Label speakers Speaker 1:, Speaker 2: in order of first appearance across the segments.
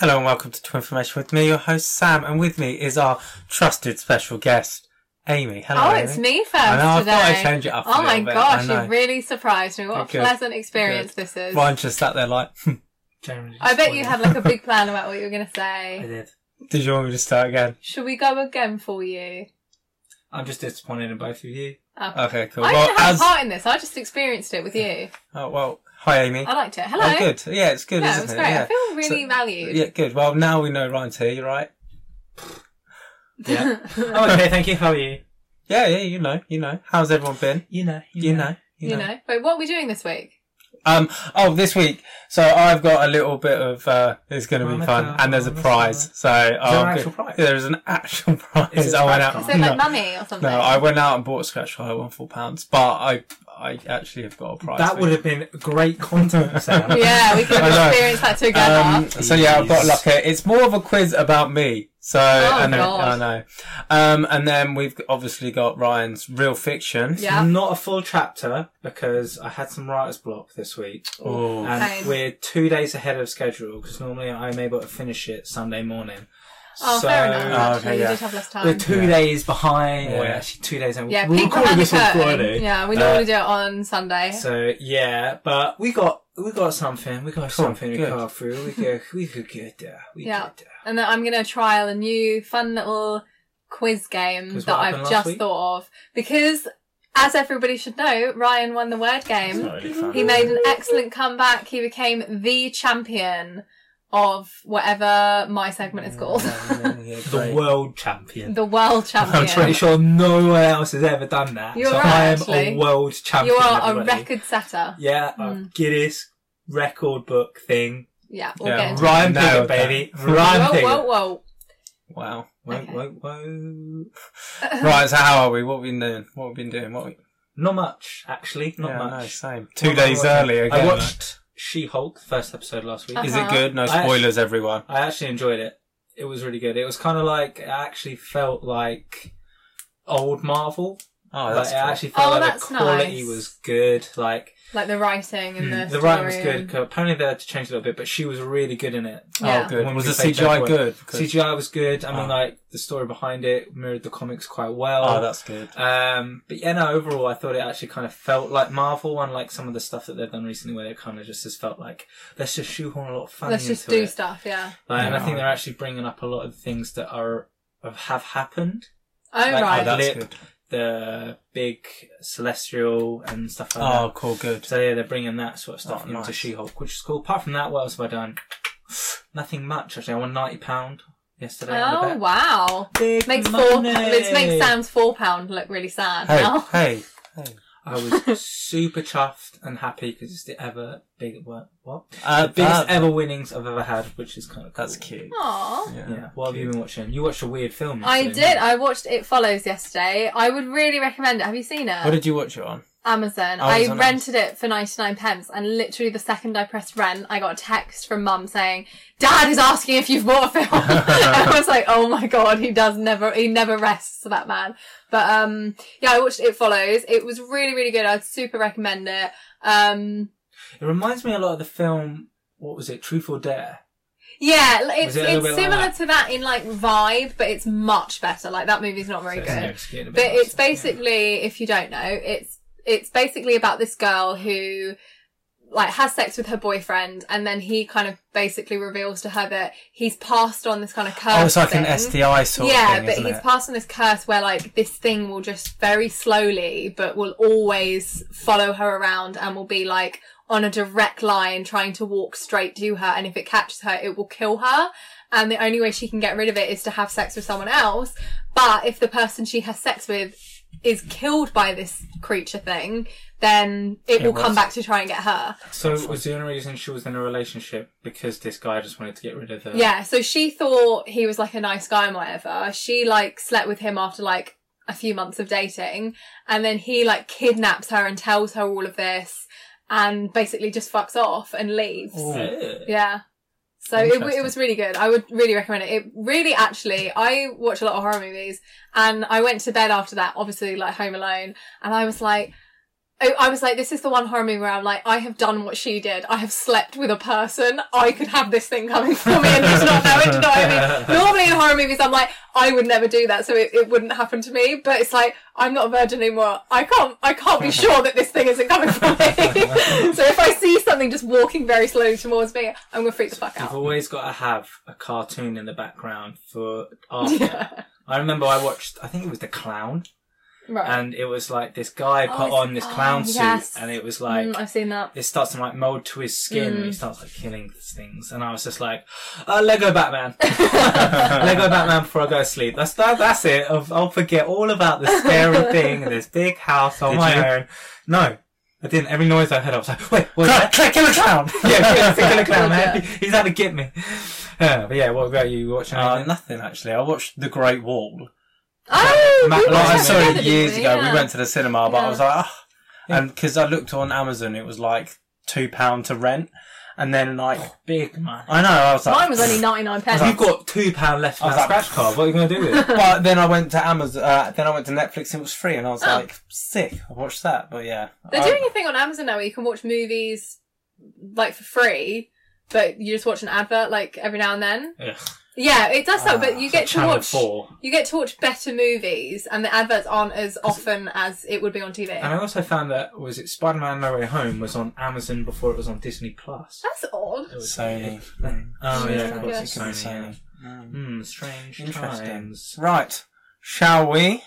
Speaker 1: Hello and welcome to Twin Information with me, your host Sam, and with me is our trusted special guest, Amy. Hello.
Speaker 2: oh,
Speaker 1: Amy.
Speaker 2: it's me first
Speaker 1: I know, I
Speaker 2: today.
Speaker 1: thought I'd change it up. a
Speaker 2: oh my
Speaker 1: little bit, I
Speaker 2: gosh,
Speaker 1: know.
Speaker 2: you really surprised me. What a
Speaker 1: Good,
Speaker 2: pleasant experience this is.
Speaker 1: Mine's just sat there like, hmm.
Speaker 3: Generally
Speaker 2: I bet you
Speaker 3: disappointed.
Speaker 2: had like a big plan about what you were going to
Speaker 3: I
Speaker 2: say.
Speaker 3: did.
Speaker 1: did you want me to start again?
Speaker 2: Should we go again for you?
Speaker 3: I'm just disappointed in both of you.
Speaker 2: Okay.
Speaker 1: Okay, cool.
Speaker 2: I
Speaker 1: well,
Speaker 2: didn't have
Speaker 1: as
Speaker 2: a part in this. I just experienced it with you.
Speaker 1: oh, well, hi Amy.
Speaker 2: I liked it. Uh, Hello.
Speaker 1: Oh, good. Yeah, it's good,
Speaker 2: Yeah,
Speaker 1: isn't
Speaker 2: it was great. I
Speaker 1: Yeah.
Speaker 2: feel really valued.
Speaker 1: yeah, good. Well, now we know Ryan's here, you're right.
Speaker 3: Yeah. oh, okay, thank you. How are you?
Speaker 1: Yeah, yeah, you know, you know. How's everyone been?
Speaker 3: You know.
Speaker 1: You know, you,
Speaker 2: you
Speaker 1: know.
Speaker 2: know. Wait, what are we doing this week?
Speaker 1: Um. Oh, this week. So I've got a little bit of. Uh, it's going to be
Speaker 3: Monica,
Speaker 1: fun, and there's a
Speaker 3: Monica.
Speaker 1: prize. So I'll
Speaker 3: an
Speaker 1: go-
Speaker 3: actual prize?
Speaker 1: Yeah, there's an actual prize.
Speaker 3: Is it
Speaker 1: I went
Speaker 3: a
Speaker 1: out.
Speaker 2: Is
Speaker 3: prize
Speaker 2: it
Speaker 1: no,
Speaker 2: like money or something?
Speaker 1: no, I went out and bought a scratch card. I won four pounds, but I, I actually have got a prize.
Speaker 3: That would have been great content, Sam.
Speaker 2: yeah, we could
Speaker 1: I know.
Speaker 2: experience that together.
Speaker 1: Um, so yeah, I've got
Speaker 3: Jeez.
Speaker 1: like a. It's more of a quiz about me. So
Speaker 2: Oh,
Speaker 1: I know, I
Speaker 2: God.
Speaker 1: know. Um, and then we've obviously got Ryan's real fiction.
Speaker 2: yeah.
Speaker 3: Not a full chapter because I had some writer's block this week.
Speaker 1: Oh.
Speaker 3: And
Speaker 2: Same.
Speaker 3: we're two days ahead of schedule because normally I'm able to finish it Sunday morning.
Speaker 2: Oh,
Speaker 3: so uh,
Speaker 2: fair enough.
Speaker 1: Oh,
Speaker 2: Actually,
Speaker 1: okay, yeah.
Speaker 2: you did have less time.
Speaker 3: We're two days behind.
Speaker 1: Yeah.
Speaker 3: Well, actually, two days. We're
Speaker 2: Yeah, peek behind
Speaker 3: recording
Speaker 2: the
Speaker 3: this on
Speaker 2: curtain.
Speaker 3: Friday.
Speaker 2: Yeah, we
Speaker 3: Uh,
Speaker 2: normally do it on Sunday.
Speaker 3: So yeah, but we got we got something. We got
Speaker 1: Cool,
Speaker 3: something
Speaker 1: good.
Speaker 3: to carve through. We go we could get there. We
Speaker 2: Yeah.
Speaker 3: could there.
Speaker 2: and then I'm going to trial a new fun little quiz game
Speaker 3: Quiz
Speaker 2: that
Speaker 3: what happened
Speaker 2: I've
Speaker 3: last
Speaker 2: just
Speaker 3: week?
Speaker 2: thought of because, as everybody should know, Ryan won the word
Speaker 3: It's
Speaker 2: game.
Speaker 3: not really fun.
Speaker 2: He made an excellent comeback. He became the champion of whatever my segment is called,
Speaker 3: the world champion.
Speaker 2: the world
Speaker 3: I'm pretty
Speaker 2: champion.
Speaker 3: sure no one else has ever done that.
Speaker 2: You're
Speaker 3: so
Speaker 2: right,
Speaker 3: I am
Speaker 2: actually.
Speaker 3: a world
Speaker 2: You
Speaker 3: champion.
Speaker 2: are a
Speaker 3: everybody.
Speaker 2: record setter.
Speaker 3: Yeah, a
Speaker 2: Mm.
Speaker 3: Guinness record book thing.
Speaker 2: Yeah, we'll
Speaker 1: Yeah,
Speaker 2: get into
Speaker 3: Ryan
Speaker 1: No,
Speaker 3: Piggott,
Speaker 1: that-
Speaker 3: baby.
Speaker 2: Whoa,
Speaker 3: Ryan
Speaker 2: whoa,
Speaker 3: Piggott.
Speaker 2: whoa.
Speaker 1: Wow.
Speaker 3: Whoa,
Speaker 2: Okay.
Speaker 3: whoa, whoa.
Speaker 1: Right. So how are we? What have we been doing? What have we been doing? What? we-
Speaker 3: Not much, actually. Not
Speaker 1: yeah,
Speaker 3: much.
Speaker 1: No, same. Two
Speaker 3: Not much
Speaker 1: days
Speaker 3: I watched.
Speaker 1: early again.
Speaker 3: I watched She-Hulk first episode last week.
Speaker 2: Uh-huh.
Speaker 1: Is it good? No
Speaker 3: I-
Speaker 1: spoilers, everyone.
Speaker 3: I actually enjoyed it. It was really good. It was kind of like it actually felt like old Marvel.
Speaker 1: Oh,
Speaker 3: Like,
Speaker 1: that's
Speaker 3: it
Speaker 1: cool.
Speaker 3: actually felt
Speaker 2: Oh,
Speaker 3: like
Speaker 2: that's
Speaker 3: the quality
Speaker 2: nice.
Speaker 3: was good. Like
Speaker 2: Like the writing and the
Speaker 3: Hmm. the writing was
Speaker 2: story
Speaker 3: good.
Speaker 2: and-
Speaker 3: 'cause apparently they had to change it a little bit, but she was really good in it.
Speaker 2: Yeah.
Speaker 1: Oh, good.
Speaker 3: When
Speaker 1: Was
Speaker 3: we
Speaker 1: the
Speaker 3: played
Speaker 1: CGI
Speaker 3: Jaguar.
Speaker 1: good?
Speaker 3: CGI was good. I mean,
Speaker 1: Ah.
Speaker 3: like the story behind it mirrored the comics quite well.
Speaker 1: Oh, that's good.
Speaker 3: Um, but yeah, no, overall, I thought it actually kind of felt like Marvel, unlike some of the stuff that they've done recently, where it kind of just has felt like let's just shoehorn a lot of fun.
Speaker 2: Let's just
Speaker 3: into
Speaker 2: do
Speaker 3: it.
Speaker 2: stuff, yeah.
Speaker 3: Like, And I
Speaker 1: Yeah.
Speaker 3: think they're actually bringing up a lot of things that are have happened.
Speaker 2: Oh,
Speaker 3: Like,
Speaker 1: Oh,
Speaker 2: right.
Speaker 3: I-
Speaker 1: that's
Speaker 3: Lip.
Speaker 1: good.
Speaker 3: The big celestial and stuff like
Speaker 1: Oh,
Speaker 3: that.
Speaker 1: cool. Good.
Speaker 3: So yeah, they're bringing that sort of stuff
Speaker 1: Oh,
Speaker 3: into
Speaker 1: nice.
Speaker 3: She-Hulk, which is cool. Apart from that, what else have I done? Nothing much actually. I won ninety pound yesterday. on
Speaker 2: Oh
Speaker 3: the bet.
Speaker 2: wow!
Speaker 3: Big
Speaker 2: Makes four.
Speaker 3: money.
Speaker 2: It makes Sam's four pound look really sad
Speaker 1: Hey,
Speaker 2: now.
Speaker 1: hey.
Speaker 3: I was super chuffed and happy because it's the ever big what what
Speaker 1: Uh,
Speaker 3: the biggest
Speaker 1: that-
Speaker 3: ever winnings I've ever had, which is kind of cool.
Speaker 1: That's cute.
Speaker 2: Aww.
Speaker 3: Yeah. What have you been watching? You watched a weird film.
Speaker 2: I
Speaker 3: yesterday,
Speaker 2: did.
Speaker 3: didn't
Speaker 2: I watched It Follows yesterday. I would really recommend it. Have you seen it?
Speaker 1: What did you watch it on?
Speaker 2: Amazon.
Speaker 1: Oh,
Speaker 2: I
Speaker 1: it's on
Speaker 2: rented it for 99 pence and literally the second I pressed rent, I got a text from mum saying, Dad is asking if you've bought a film. and I was like, oh my God, he does never, he never rests, that man. But, um, yeah, I watched It Follows. It was really, really good. I'd super recommend it. Um,
Speaker 3: It reminds me a lot of the film. What was it? Truth or Dare.
Speaker 2: yeah, l- it's,
Speaker 3: it a little
Speaker 2: it's
Speaker 3: bit like
Speaker 2: similar
Speaker 3: that?
Speaker 2: to that in like vibe, but it's much better. Like that movie's not very
Speaker 3: So it's
Speaker 2: good.
Speaker 3: obscured a bit
Speaker 2: But
Speaker 3: more,
Speaker 2: it's
Speaker 3: so, yeah.
Speaker 2: basically, if you don't know, it's it's basically about this girl who like has sex with her boyfriend, and then he kind of basically reveals to her that he's passed on this kind of curse.
Speaker 1: Oh, it's like an
Speaker 2: thing.
Speaker 1: STI sort
Speaker 2: yeah,
Speaker 1: of thing,
Speaker 2: but
Speaker 1: isn't
Speaker 2: he's
Speaker 1: it?
Speaker 2: passed on this curse where like this thing will just very slowly, but will always follow her around and will be like on a direct line trying to walk straight to her. And if it catches her, it will kill her. And the only way she can get rid of it is to have sex with someone else. But if the person she has sex with is killed by this creature thing, then it, will come
Speaker 1: was.
Speaker 2: back to try and get her.
Speaker 3: So it was the only reason she was in a relationship because this guy just wanted to get rid of her.
Speaker 2: Yeah, so she thought he was like a nice guy and whatever. She like slept with him after like a few months of dating and then he like kidnaps her and tells her all of this and basically just fucks off and leaves.
Speaker 3: Ugh.
Speaker 2: Yeah. So it, w- it
Speaker 3: Interesting.
Speaker 2: was really good. I would really recommend it. It really actually, I watch a lot of horror movies and I went to bed after that, obviously like Home Alone, and I was like, I, I was like, this is the one horror movie where I'm like, I have done what she did. I have slept with a person. I could have this thing coming for me and just not know it. You know what I mean? Normally in horror movies, I'm like, I would never do that, so it, it wouldn't happen to me. But it's like, I'm not a virgin anymore. I can't, I can't be sure that this thing isn't coming for me. so if I see something just walking very slowly towards me, I'm gonna freak the fuck
Speaker 3: You've
Speaker 2: out.
Speaker 3: always got to have a cartoon in the background for after.
Speaker 2: Yeah.
Speaker 3: I remember I watched, I think it was The Clown,
Speaker 2: Right.
Speaker 3: and it was like this guy put
Speaker 2: it's-
Speaker 3: on this clown
Speaker 2: oh,
Speaker 3: suit,
Speaker 2: yes.
Speaker 3: and it was like,
Speaker 2: Mm, I've seen that.
Speaker 3: it starts to like mold to his skin, and he starts like killing things. And I was just like, uh, Lego Batman, Lego Batman before I go to sleep. That's that, that's it. I'll, I'll forget all about this scary thing and this big house on
Speaker 1: Did
Speaker 3: my
Speaker 1: you?
Speaker 3: own. No, I didn't. Every noise I heard, I was like, wait, what's
Speaker 1: Clown,
Speaker 3: that?
Speaker 1: clown, killer clown.
Speaker 3: yeah, he's gonna clown,
Speaker 2: Yeah.
Speaker 3: man. He's out to get me. Yeah, but yeah, what about you? You watching
Speaker 1: Uh,
Speaker 3: anything?
Speaker 1: nothing actually. I watched The Great Wall.
Speaker 2: Oh,
Speaker 3: Matt
Speaker 2: we
Speaker 1: Like,
Speaker 3: Lyon-
Speaker 2: watched
Speaker 1: I
Speaker 2: that
Speaker 1: saw
Speaker 2: together,
Speaker 1: it
Speaker 2: didn't
Speaker 1: years ago.
Speaker 2: Yeah.
Speaker 1: We went to the cinema, but I
Speaker 2: Yeah.
Speaker 1: was like, ah, and because I looked on Amazon, it was like two pound to rent, and then like
Speaker 3: Big man.
Speaker 1: I know, I was like,
Speaker 2: Mine was only 99 pence.
Speaker 3: You've got two pound left on
Speaker 1: I was
Speaker 3: that
Speaker 1: like-
Speaker 3: scratch card. What are you gonna do with it?
Speaker 1: But then I went to Amazon. Uh, then I went to Netflix. and It was free, and I was like, sick. I watched that, but yeah,
Speaker 2: Oh. They're
Speaker 1: I-
Speaker 2: doing a thing on Amazon now where you can watch movies like for free, but you just watch an advert like every now and then.
Speaker 3: Ugh.
Speaker 2: Yeah, it does that,
Speaker 1: Ah,
Speaker 2: but you get to
Speaker 3: Channel
Speaker 2: watch
Speaker 3: Four.
Speaker 2: you get to watch better movies, and the adverts aren't as often as it would be on TV.
Speaker 3: And I also found that was it Spider Man No Way Home was on Amazon before it was on Disney Plus.
Speaker 2: That's odd.
Speaker 3: It was-
Speaker 1: Sony.
Speaker 3: Oh yeah, of
Speaker 2: Yeah,
Speaker 3: course
Speaker 2: yeah.
Speaker 3: it's
Speaker 1: It could be
Speaker 3: Sony. yeah.
Speaker 1: Sony. Mm.
Speaker 3: Hmm, strange
Speaker 1: Interesting.
Speaker 3: times.
Speaker 1: Right, shall we?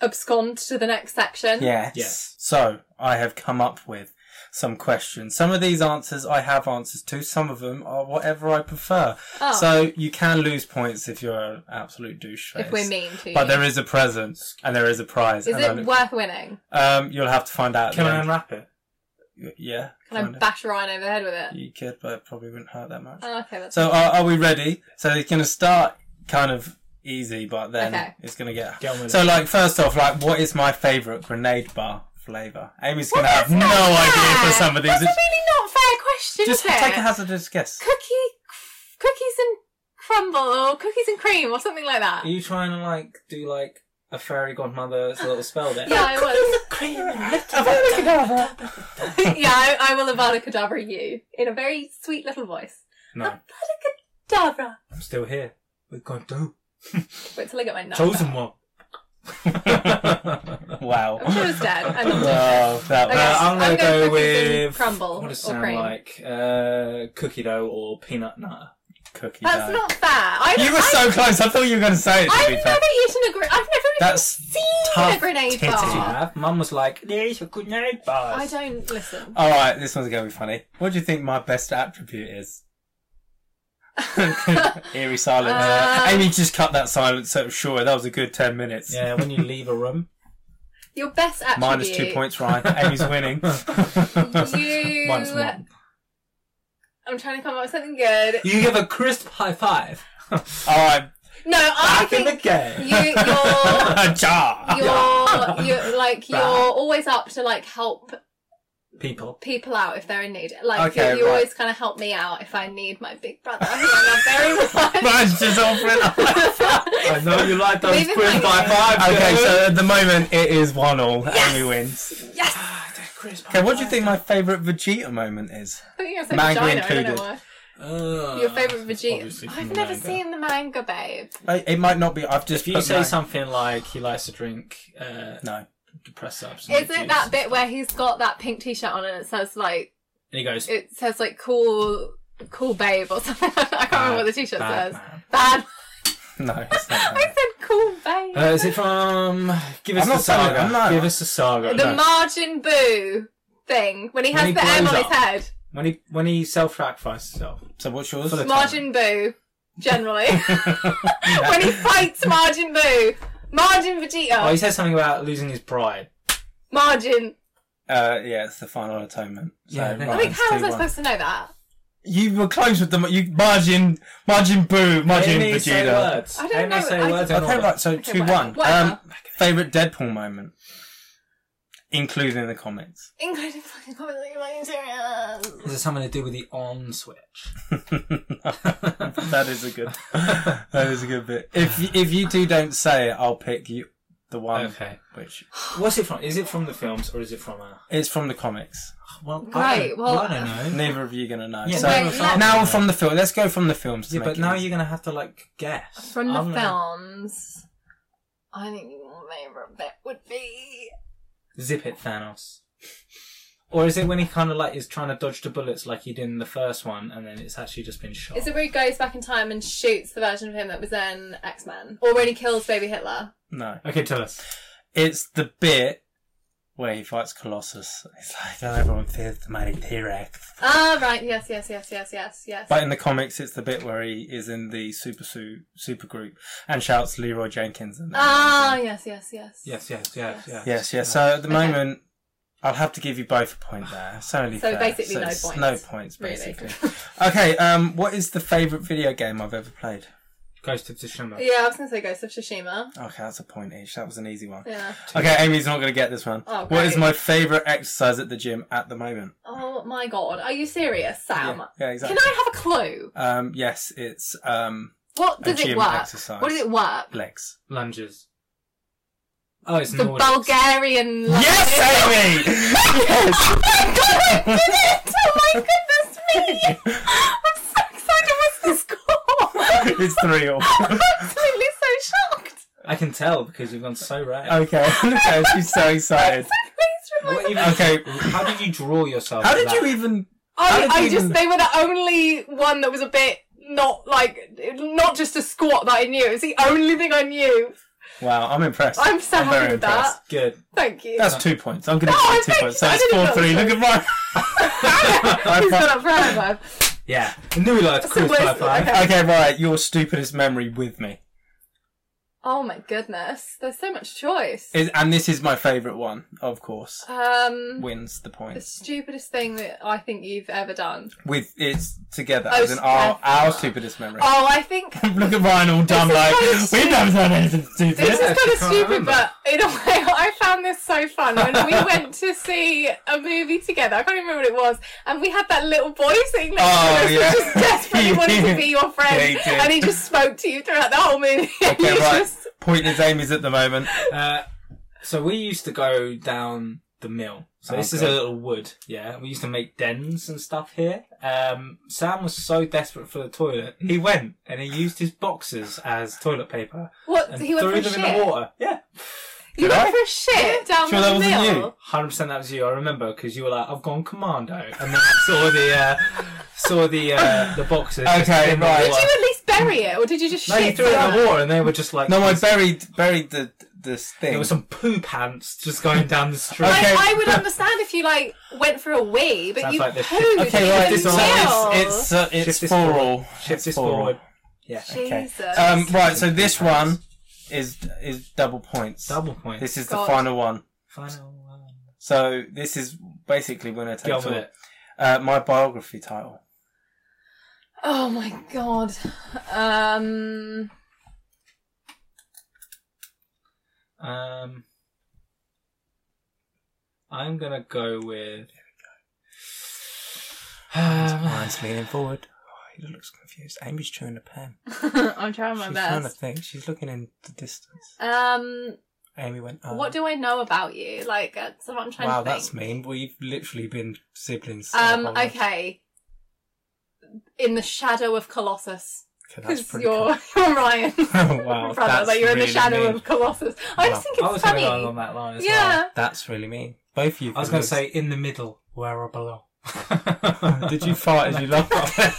Speaker 2: Abscond to the next section.
Speaker 1: Yes.
Speaker 3: Yes.
Speaker 1: So I have come up with some questions. Some of these answers I have answers to. Some of them are whatever I prefer.
Speaker 2: Oh.
Speaker 1: So you can lose points if you're an absolute douche.
Speaker 2: if
Speaker 1: face.
Speaker 2: we're mean to
Speaker 1: But
Speaker 2: you.
Speaker 1: there is a present and there is a prize.
Speaker 2: Is
Speaker 1: and I
Speaker 2: it
Speaker 1: look-
Speaker 2: worth winning?
Speaker 1: um, you'll have to find out. at
Speaker 3: Can
Speaker 1: the
Speaker 3: I
Speaker 1: end.
Speaker 3: unwrap it?
Speaker 1: Yeah.
Speaker 2: Can
Speaker 1: kind
Speaker 2: I
Speaker 1: of.
Speaker 2: bash Ryan over the head with it?
Speaker 1: You could, but it probably wouldn't hurt that much.
Speaker 2: Oh, okay, that's
Speaker 1: So are, are we ready? So it's going to start kind of easy, but then
Speaker 2: Okay.
Speaker 1: it's going to get.
Speaker 3: Get on with
Speaker 1: so
Speaker 3: it.
Speaker 1: like first off, like what is my favourite grenade bar flavour? Amy's going to
Speaker 2: That's
Speaker 1: have no
Speaker 2: not
Speaker 1: idea
Speaker 2: fair.
Speaker 1: for some of these.
Speaker 2: That's a really not fair question.
Speaker 1: just
Speaker 2: is it?
Speaker 1: take a hazardous guess.
Speaker 2: cookie cookies and crumble or cookies and cream or something like that.
Speaker 3: Are you trying to like do like a fairy godmother's little spell there?
Speaker 2: Yeah, I was.
Speaker 1: no.
Speaker 2: yeah, I, I will Avada Kedavra you in a very sweet little voice. Davra.
Speaker 3: I'm still here. We're gonna do
Speaker 2: Wait till I get my number.
Speaker 3: chosen one. uh,
Speaker 1: Wow.
Speaker 2: I'm sure it's dead. I'm not dead.
Speaker 1: Oh, that
Speaker 2: Okay.
Speaker 1: was.
Speaker 2: I'm
Speaker 3: I'm gonna
Speaker 2: going
Speaker 3: go
Speaker 2: cookies and
Speaker 3: with
Speaker 2: crumble
Speaker 3: What does it
Speaker 2: or
Speaker 3: sound
Speaker 2: cream.
Speaker 3: like? Uh, cookie dough or peanut butter?
Speaker 1: cookie
Speaker 2: That's
Speaker 1: dough.
Speaker 2: not fair. I,
Speaker 1: You were
Speaker 2: I,
Speaker 1: so close. I thought you were going to say it. To
Speaker 2: I've
Speaker 1: be fair.
Speaker 2: never eaten a grenade. I've never
Speaker 1: That's
Speaker 2: seen a
Speaker 1: tough
Speaker 2: grenade
Speaker 1: titty.
Speaker 3: Did you
Speaker 2: bar.
Speaker 3: have? Mum was like, "There's a grenade bar."
Speaker 2: I don't listen.
Speaker 1: All right, this one's going to be funny. What do you think my best attribute is? Eerie silence.
Speaker 2: Um,
Speaker 1: Amy just cut that silence so it was short. That was a good 10 minutes.
Speaker 3: Yeah, when you leave a room.
Speaker 2: Your best attribute.
Speaker 1: Minus two points, Ryan. Amy's winning.
Speaker 2: You. uh,
Speaker 3: Minus one.
Speaker 2: I'm trying to come up with something good.
Speaker 3: You give a crisp high five.
Speaker 1: All right.
Speaker 2: No, I
Speaker 3: Back in the
Speaker 2: think
Speaker 3: game.
Speaker 2: you, you're
Speaker 1: Jar.
Speaker 2: you're you're like you're
Speaker 3: Right.
Speaker 2: always up to like help
Speaker 3: People.
Speaker 2: people out if they're in need. Like
Speaker 1: Okay,
Speaker 2: you, you
Speaker 1: right.
Speaker 2: always kind of help me out if I need my big brother who I love very much.
Speaker 1: Ryan's just offering up.
Speaker 3: I know you like those
Speaker 2: Leave it
Speaker 3: crisp
Speaker 2: like
Speaker 3: high fives.
Speaker 1: Okay,
Speaker 3: girl.
Speaker 1: so at the moment it is one all. Amy wins.
Speaker 2: yes,
Speaker 3: Ah, they're crisp
Speaker 1: Okay,
Speaker 3: high
Speaker 1: what do you
Speaker 3: fives.
Speaker 1: think my favourite Vegeta moment is?
Speaker 2: I think you're saying
Speaker 1: Manga
Speaker 2: vagina. I don't
Speaker 1: included.
Speaker 2: know why.
Speaker 3: Uh,
Speaker 2: Your favorite
Speaker 3: it's
Speaker 2: Vegeta?
Speaker 3: obviously
Speaker 2: I've
Speaker 3: from the
Speaker 2: never
Speaker 3: manga.
Speaker 2: seen the manga, babe.
Speaker 1: I- It might not be. I've just
Speaker 3: If you
Speaker 1: put
Speaker 3: say
Speaker 1: my-
Speaker 3: something like he likes to drink uh,
Speaker 1: No.
Speaker 3: depressed ups,
Speaker 2: Is it that bit where he's got that pink T-shirt on and it says like
Speaker 3: And he goes,
Speaker 2: it says like cool, cool babe or something? I can't remember what the T-shirt says.
Speaker 3: "Bad man."
Speaker 2: Bad.
Speaker 1: No, it's not.
Speaker 2: I said cool babe.
Speaker 3: Uh, is it from? Give us
Speaker 1: I'm
Speaker 3: the
Speaker 1: not telling
Speaker 3: saga.
Speaker 1: them, no.
Speaker 3: Give us the saga.
Speaker 2: the
Speaker 3: No.
Speaker 2: margin boo thing when he has
Speaker 3: When he
Speaker 2: the M
Speaker 3: blows
Speaker 2: on
Speaker 3: up.
Speaker 2: his head.
Speaker 3: when he when he self sacrifices himself.
Speaker 1: So what's yours?
Speaker 3: Full of-
Speaker 2: Margin boo, generally. when he fights Margin boo, Margin
Speaker 3: Oh, he
Speaker 2: Vegeta,
Speaker 3: says something about losing his pride.
Speaker 2: Margin.
Speaker 1: Uh, yeah, it's the final atonement. So
Speaker 3: Yeah, no.
Speaker 2: I
Speaker 1: Ryan's
Speaker 2: mean, how was I
Speaker 1: 2-1.
Speaker 2: supposed to know that?
Speaker 1: You were close with the you margin, margin boo, margin
Speaker 3: Amy say
Speaker 1: Vegeta.
Speaker 3: words.
Speaker 2: I don't
Speaker 3: Amy
Speaker 2: know,
Speaker 3: say
Speaker 2: I
Speaker 3: words.
Speaker 2: don't-
Speaker 3: in
Speaker 1: Okay,
Speaker 3: order.
Speaker 1: right. So
Speaker 2: Okay,
Speaker 1: two one.
Speaker 2: whatever,
Speaker 1: Um,
Speaker 2: whatever.
Speaker 1: favorite Deadpool moment, including the comics.
Speaker 2: Including fucking comments that you're fucking serious.
Speaker 3: Is it something to do with the on switch?
Speaker 1: that is a good. That is a good bit. If if you two don't say it, I'll pick you the one
Speaker 3: Okay.
Speaker 1: which
Speaker 3: What's it from? Is it from the films or is it from a?
Speaker 1: it's from the comics.
Speaker 3: Well,
Speaker 2: Right, well,
Speaker 3: I don't know.
Speaker 1: Neither of you gonna know.
Speaker 3: Yeah,
Speaker 1: so
Speaker 2: Wait,
Speaker 3: no, it's
Speaker 2: let-
Speaker 3: not-
Speaker 1: now from the film, let's go from the films. To
Speaker 3: Yeah,
Speaker 1: make
Speaker 3: but
Speaker 1: it
Speaker 3: now
Speaker 1: easy.
Speaker 3: you're gonna have to like guess
Speaker 2: From the
Speaker 3: I'm gonna-
Speaker 2: films, I think your favourite bit would be.
Speaker 3: Zip it, Thanos. Or is it when he kind of like is trying to dodge the bullets like he did in the first one, and then it's actually just been shot?
Speaker 2: Is it where he goes back in time and shoots the version of him that was in X Men? Or when he kills baby Hitler?
Speaker 1: no,
Speaker 3: Okay, tell us.
Speaker 1: it's the bit where he fights Colossus. It's like oh, everyone fears the mighty T-Rex.
Speaker 2: Ah, right, yes, yes, yes, yes, yes, yes.
Speaker 1: But in the comics, it's the bit where he is in the super suit super group and shouts Leroy Jenkins. And
Speaker 2: ah, yes, yes, yes.
Speaker 3: Yes, yes, yes, yes. Uh,
Speaker 1: yes, yes. So at the moment, I'll have to give you both a point there. It's only
Speaker 2: So
Speaker 1: fair.
Speaker 2: basically no
Speaker 1: it's
Speaker 2: points.
Speaker 1: No points,
Speaker 2: Really.
Speaker 1: basically. okay. Um, what is the favorite video game I've ever played?
Speaker 3: Ghost of Tsushima.
Speaker 2: yeah, I was going to say Ghost of Tsushima.
Speaker 1: Okay, that's a point each. That was an easy one.
Speaker 2: Yeah.
Speaker 1: Okay, Amy's not going to get this one.
Speaker 2: Oh,
Speaker 1: what is
Speaker 2: great.
Speaker 1: my favorite exercise at the gym at the moment?
Speaker 2: Oh my god, are you serious, Sam?
Speaker 1: yeah, yeah, exactly.
Speaker 2: Can I have a clue?
Speaker 1: Um, yes, it's um
Speaker 2: What
Speaker 1: a
Speaker 2: does it
Speaker 1: gym
Speaker 2: work?
Speaker 1: exercise.
Speaker 2: What does it work?
Speaker 1: Legs.
Speaker 3: Lunges. Oh, it's
Speaker 2: The
Speaker 3: Nordics.
Speaker 2: Bulgarian.
Speaker 1: Yes, Amy. yes.
Speaker 2: Oh my god, I did it! Oh my goodness me! I'm so excited. What's the score?
Speaker 1: It's three all.
Speaker 2: I'm absolutely so shocked.
Speaker 3: I can tell because you've gone so right.
Speaker 1: Okay, okay, she's so
Speaker 2: I'm
Speaker 1: excited.
Speaker 2: so pleased with
Speaker 3: What
Speaker 2: myself.
Speaker 3: even-
Speaker 1: Okay,
Speaker 3: How did you draw yourself?
Speaker 1: how did
Speaker 3: that?
Speaker 1: you even? How
Speaker 2: I,
Speaker 1: did you
Speaker 2: I just
Speaker 1: even-
Speaker 2: they were the only one that was a bit not like not just a squat that I knew. It was the only thing I knew.
Speaker 1: Wow, I'm impressed.
Speaker 2: I'm so happy
Speaker 1: very
Speaker 2: with that.
Speaker 1: impressed.
Speaker 3: Good.
Speaker 2: Thank you.
Speaker 1: That's two points. I'm going to
Speaker 2: No, I
Speaker 1: give you two
Speaker 2: think-
Speaker 1: points. So
Speaker 2: I
Speaker 1: it's
Speaker 2: didn't
Speaker 1: four
Speaker 2: know
Speaker 1: three.
Speaker 2: that.
Speaker 1: Look at mine.
Speaker 2: He's got up for high five.
Speaker 3: Yeah. I knew we liked
Speaker 2: So
Speaker 3: Chris
Speaker 2: where's-
Speaker 3: high five.
Speaker 2: okay.
Speaker 1: Okay, right. Your stupidest memory with me
Speaker 2: Oh my goodness, there's so much choice.
Speaker 1: is, and this is my favourite one, of course.
Speaker 2: Um,
Speaker 1: Wins the
Speaker 2: the
Speaker 1: points
Speaker 2: stupidest thing that I think you've ever done.
Speaker 1: with it's together
Speaker 2: Oh,
Speaker 1: as in our
Speaker 2: Steph.
Speaker 1: our stupidest memory.
Speaker 2: Oh, I think
Speaker 1: Look at mine all dumb
Speaker 2: is
Speaker 1: like
Speaker 2: so
Speaker 1: we've
Speaker 2: stupid.
Speaker 1: never done anything
Speaker 2: This
Speaker 1: stupid.
Speaker 3: Yeah,
Speaker 2: is kind
Speaker 3: she
Speaker 2: of
Speaker 3: can't
Speaker 2: stupid,
Speaker 3: remember.
Speaker 2: but in a way, I found this so fun. When we went to see a movie together, I can't even remember what it was, and we had that little boy sitting next
Speaker 1: Oh,
Speaker 2: to us
Speaker 1: yeah.
Speaker 2: who just desperately wanted to be your friend,
Speaker 1: Yeah, he did.
Speaker 2: and he just spoke to you throughout the whole movie. and
Speaker 1: Okay,
Speaker 2: you
Speaker 1: right.
Speaker 2: just-
Speaker 1: Point is Amy's at the moment.
Speaker 3: Uh, so we used to go down the mill. So
Speaker 1: Oh,
Speaker 3: this is
Speaker 1: God.
Speaker 3: a little wood, yeah. We used to make dens and stuff here. Um, Sam was so desperate for the toilet, he went and he used his boxes as toilet paper
Speaker 2: what
Speaker 3: and
Speaker 2: he went
Speaker 3: threw
Speaker 2: for a
Speaker 3: them in the
Speaker 2: shit.
Speaker 3: water. Yeah,
Speaker 2: You
Speaker 1: Did I?
Speaker 2: went for a shit down
Speaker 1: Sure
Speaker 2: the
Speaker 1: that wasn't
Speaker 2: mill.
Speaker 1: you?
Speaker 3: hundred percent. That was you. I remember because you were like, "I've gone commando," and then I saw the uh, saw the uh, the boxes. just
Speaker 1: Okay,
Speaker 3: in the
Speaker 1: right.
Speaker 2: Did
Speaker 3: water.
Speaker 2: you at least bury it, or did you just
Speaker 3: No, you
Speaker 2: shit?
Speaker 3: threw it in
Speaker 2: down?
Speaker 3: the water, and they were just like,
Speaker 1: No, I buried buried the this thing.
Speaker 3: There were some poo pants just going down the street.
Speaker 1: Okay.
Speaker 2: I, I would understand if you like went for a wee, but
Speaker 3: Sounds
Speaker 2: you
Speaker 3: like this shit.
Speaker 2: pooed.
Speaker 1: okay,
Speaker 2: you
Speaker 1: right.
Speaker 2: didn't
Speaker 1: So
Speaker 2: chill.
Speaker 1: it's it's uh, it's
Speaker 3: Shift this
Speaker 1: four
Speaker 3: forward.
Speaker 1: all.
Speaker 3: Shift
Speaker 1: It's
Speaker 3: this
Speaker 1: four all.
Speaker 3: forward. Yeah.
Speaker 2: Jesus.
Speaker 1: Um, right, so this one is is double points.
Speaker 3: Double point.
Speaker 1: This is
Speaker 2: God.
Speaker 1: the final one.
Speaker 3: Final one.
Speaker 1: So this is basically winner
Speaker 3: Get on
Speaker 1: takes
Speaker 3: with
Speaker 1: all.
Speaker 3: it.
Speaker 1: Uh, my biography title.
Speaker 2: Oh my god. Um
Speaker 3: Um, I'm gonna go with. Um,
Speaker 1: leaning forward. Oh, he looks confused. Amy's chewing a pen.
Speaker 2: I'm trying my best.
Speaker 1: think. She's looking in the distance.
Speaker 2: Um
Speaker 1: Amy went. Oh.
Speaker 3: Uh.
Speaker 2: what do I know about you? Like uh, so I'm trying to think.
Speaker 1: mean. We've literally been siblings. Oh,
Speaker 2: Um okay. In the shadow of Colossus. Because you're, you're Ryan.
Speaker 1: Wow,
Speaker 2: brother,
Speaker 1: that's
Speaker 2: like you're in the
Speaker 1: really
Speaker 2: shadow
Speaker 1: mean.
Speaker 2: of Colossus.
Speaker 1: Wow.
Speaker 2: I just think
Speaker 3: I
Speaker 2: it's
Speaker 3: was gonna go along
Speaker 2: funny.
Speaker 3: that line as well.
Speaker 2: Yeah.
Speaker 1: That's really mean. Both of you.
Speaker 3: I was gonna say in the middle, where I belong.
Speaker 1: Did you fart as you laughed?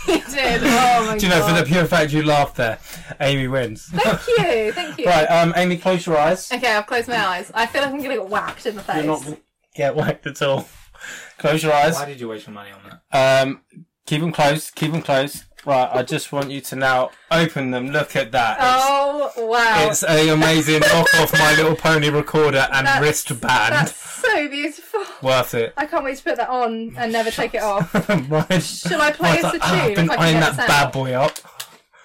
Speaker 2: It did. Oh my
Speaker 1: Do you know, for the
Speaker 2: God.
Speaker 1: pure fact you laughed there, Amy wins.
Speaker 2: Thank you, thank you.
Speaker 1: Right, um, Amy, close your eyes.
Speaker 2: Okay, I've closed my eyes. I feel like I'm gonna get whacked in the face.
Speaker 1: You're not going to get whacked at all. Close your eyes.
Speaker 3: Why did you waste your money on that?
Speaker 1: Um, keep them closed. Keep them closed. Right, I just want you to now open them. Look at that. It's-
Speaker 2: Oh wow.
Speaker 1: It's an amazing knockoff My Little Pony recorder and
Speaker 2: That's-
Speaker 1: wristband.
Speaker 2: That's so beautiful.
Speaker 1: Worth it.
Speaker 2: I can't wait to put that on and never take it off.
Speaker 1: Mine-
Speaker 2: Shall I play
Speaker 1: mine's like,
Speaker 2: us a
Speaker 1: "Ah, I've
Speaker 2: tune?
Speaker 1: been
Speaker 2: if I can
Speaker 1: eyeing
Speaker 2: get
Speaker 1: that
Speaker 2: this out?"
Speaker 1: bad boy up.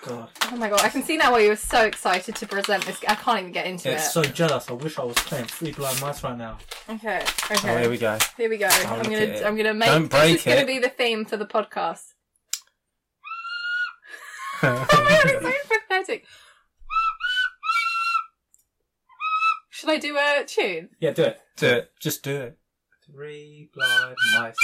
Speaker 3: God,
Speaker 2: Oh my god, I can see now why you were so excited to present this. I can't even get into
Speaker 3: it's
Speaker 2: it.
Speaker 3: so jealous. I wish I was playing free blind mice right now.
Speaker 2: Okay,
Speaker 1: Oh, here
Speaker 2: okay.
Speaker 1: we go.
Speaker 2: Here we go. I'm
Speaker 1: look at
Speaker 2: gonna,
Speaker 1: it.
Speaker 2: I'm gonna make.
Speaker 1: Don't
Speaker 2: this
Speaker 1: break
Speaker 2: is gonna
Speaker 1: it.
Speaker 2: be the theme for the podcast. Oh my god, it's so pathetic. Should I do a tune?
Speaker 3: Yeah, do it.
Speaker 1: Do it. Just do it.
Speaker 3: Three blind mice.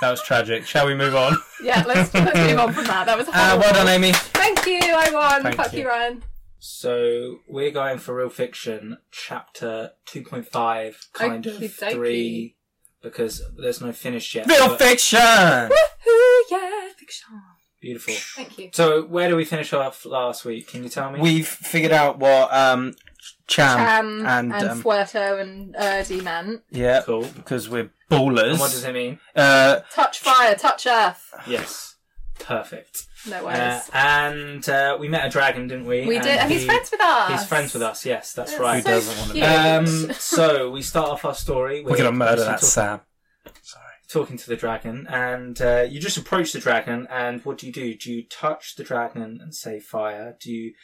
Speaker 1: That was tragic. Shall we move on?
Speaker 2: Yeah, let's, let's move on from that. That was
Speaker 1: Uh,
Speaker 2: horrible.
Speaker 1: well done, Amy.
Speaker 2: Thank you. I won.
Speaker 1: Thank
Speaker 2: Fuck you,
Speaker 1: you.
Speaker 2: Ryan.
Speaker 3: So we're going for real fiction, chapter two point five, kind of
Speaker 2: Okey-dokey.
Speaker 3: three, because there's no finish yet.
Speaker 1: Real
Speaker 3: but
Speaker 1: fiction.
Speaker 2: Woohoo! Yeah, fiction.
Speaker 3: Beautiful.
Speaker 2: Thank you.
Speaker 3: So where do we finish off last week? Can you tell me?
Speaker 1: We've figured out what um, Cham,
Speaker 2: Cham and,
Speaker 1: and,
Speaker 2: and
Speaker 1: um,
Speaker 2: Fuerto and Erdy man.
Speaker 1: yeah,
Speaker 3: cool.
Speaker 1: because we're
Speaker 3: And what does
Speaker 1: ballers.
Speaker 3: it mean?
Speaker 1: Uh,
Speaker 2: Touch fire, touch earth.
Speaker 3: Yes. Perfect.
Speaker 2: No worries.
Speaker 3: Uh, and uh, we met a dragon, didn't we?
Speaker 2: we did, and he's
Speaker 3: he-
Speaker 2: friends with us.
Speaker 3: He's friends with us. Yes, that's
Speaker 2: That's
Speaker 3: right.
Speaker 1: Who doesn't want to
Speaker 2: cute.
Speaker 1: be?
Speaker 3: Um, so we start off our story.
Speaker 1: we're gonna murder that
Speaker 3: talking,
Speaker 1: Sam.
Speaker 3: talking to the dragon, and uh, you just approach the dragon. And what do you do? Do you touch the dragon and say fire? Do you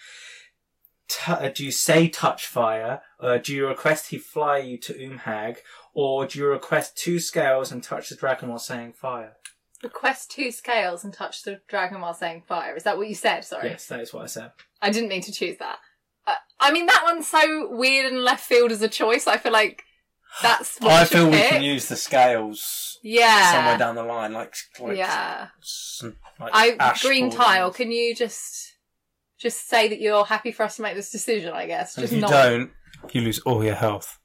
Speaker 3: t- uh, do you say touch fire? Uh, do you request he fly you to Umhag, or do you request two scales and touch the dragon while saying fire?
Speaker 2: Request two scales and touch the dragon while saying fire. Is that what you said? Sorry.
Speaker 3: Yes, that is what I said.
Speaker 2: I didn't mean to choose that. Uh, I mean, that one's so weird and left field as a choice. I feel like that's what
Speaker 1: I
Speaker 2: you should
Speaker 1: feel we
Speaker 2: pick.
Speaker 1: can use the scales
Speaker 2: Yeah.
Speaker 1: somewhere down the line, like like,
Speaker 2: yeah.
Speaker 1: some, like
Speaker 2: I
Speaker 1: ash
Speaker 2: green
Speaker 1: borders.
Speaker 2: tile. Can you just just say that you're happy for us to make this decision? I guess.
Speaker 1: And
Speaker 2: Just
Speaker 1: if you
Speaker 2: not.
Speaker 1: don't, you lose all your health.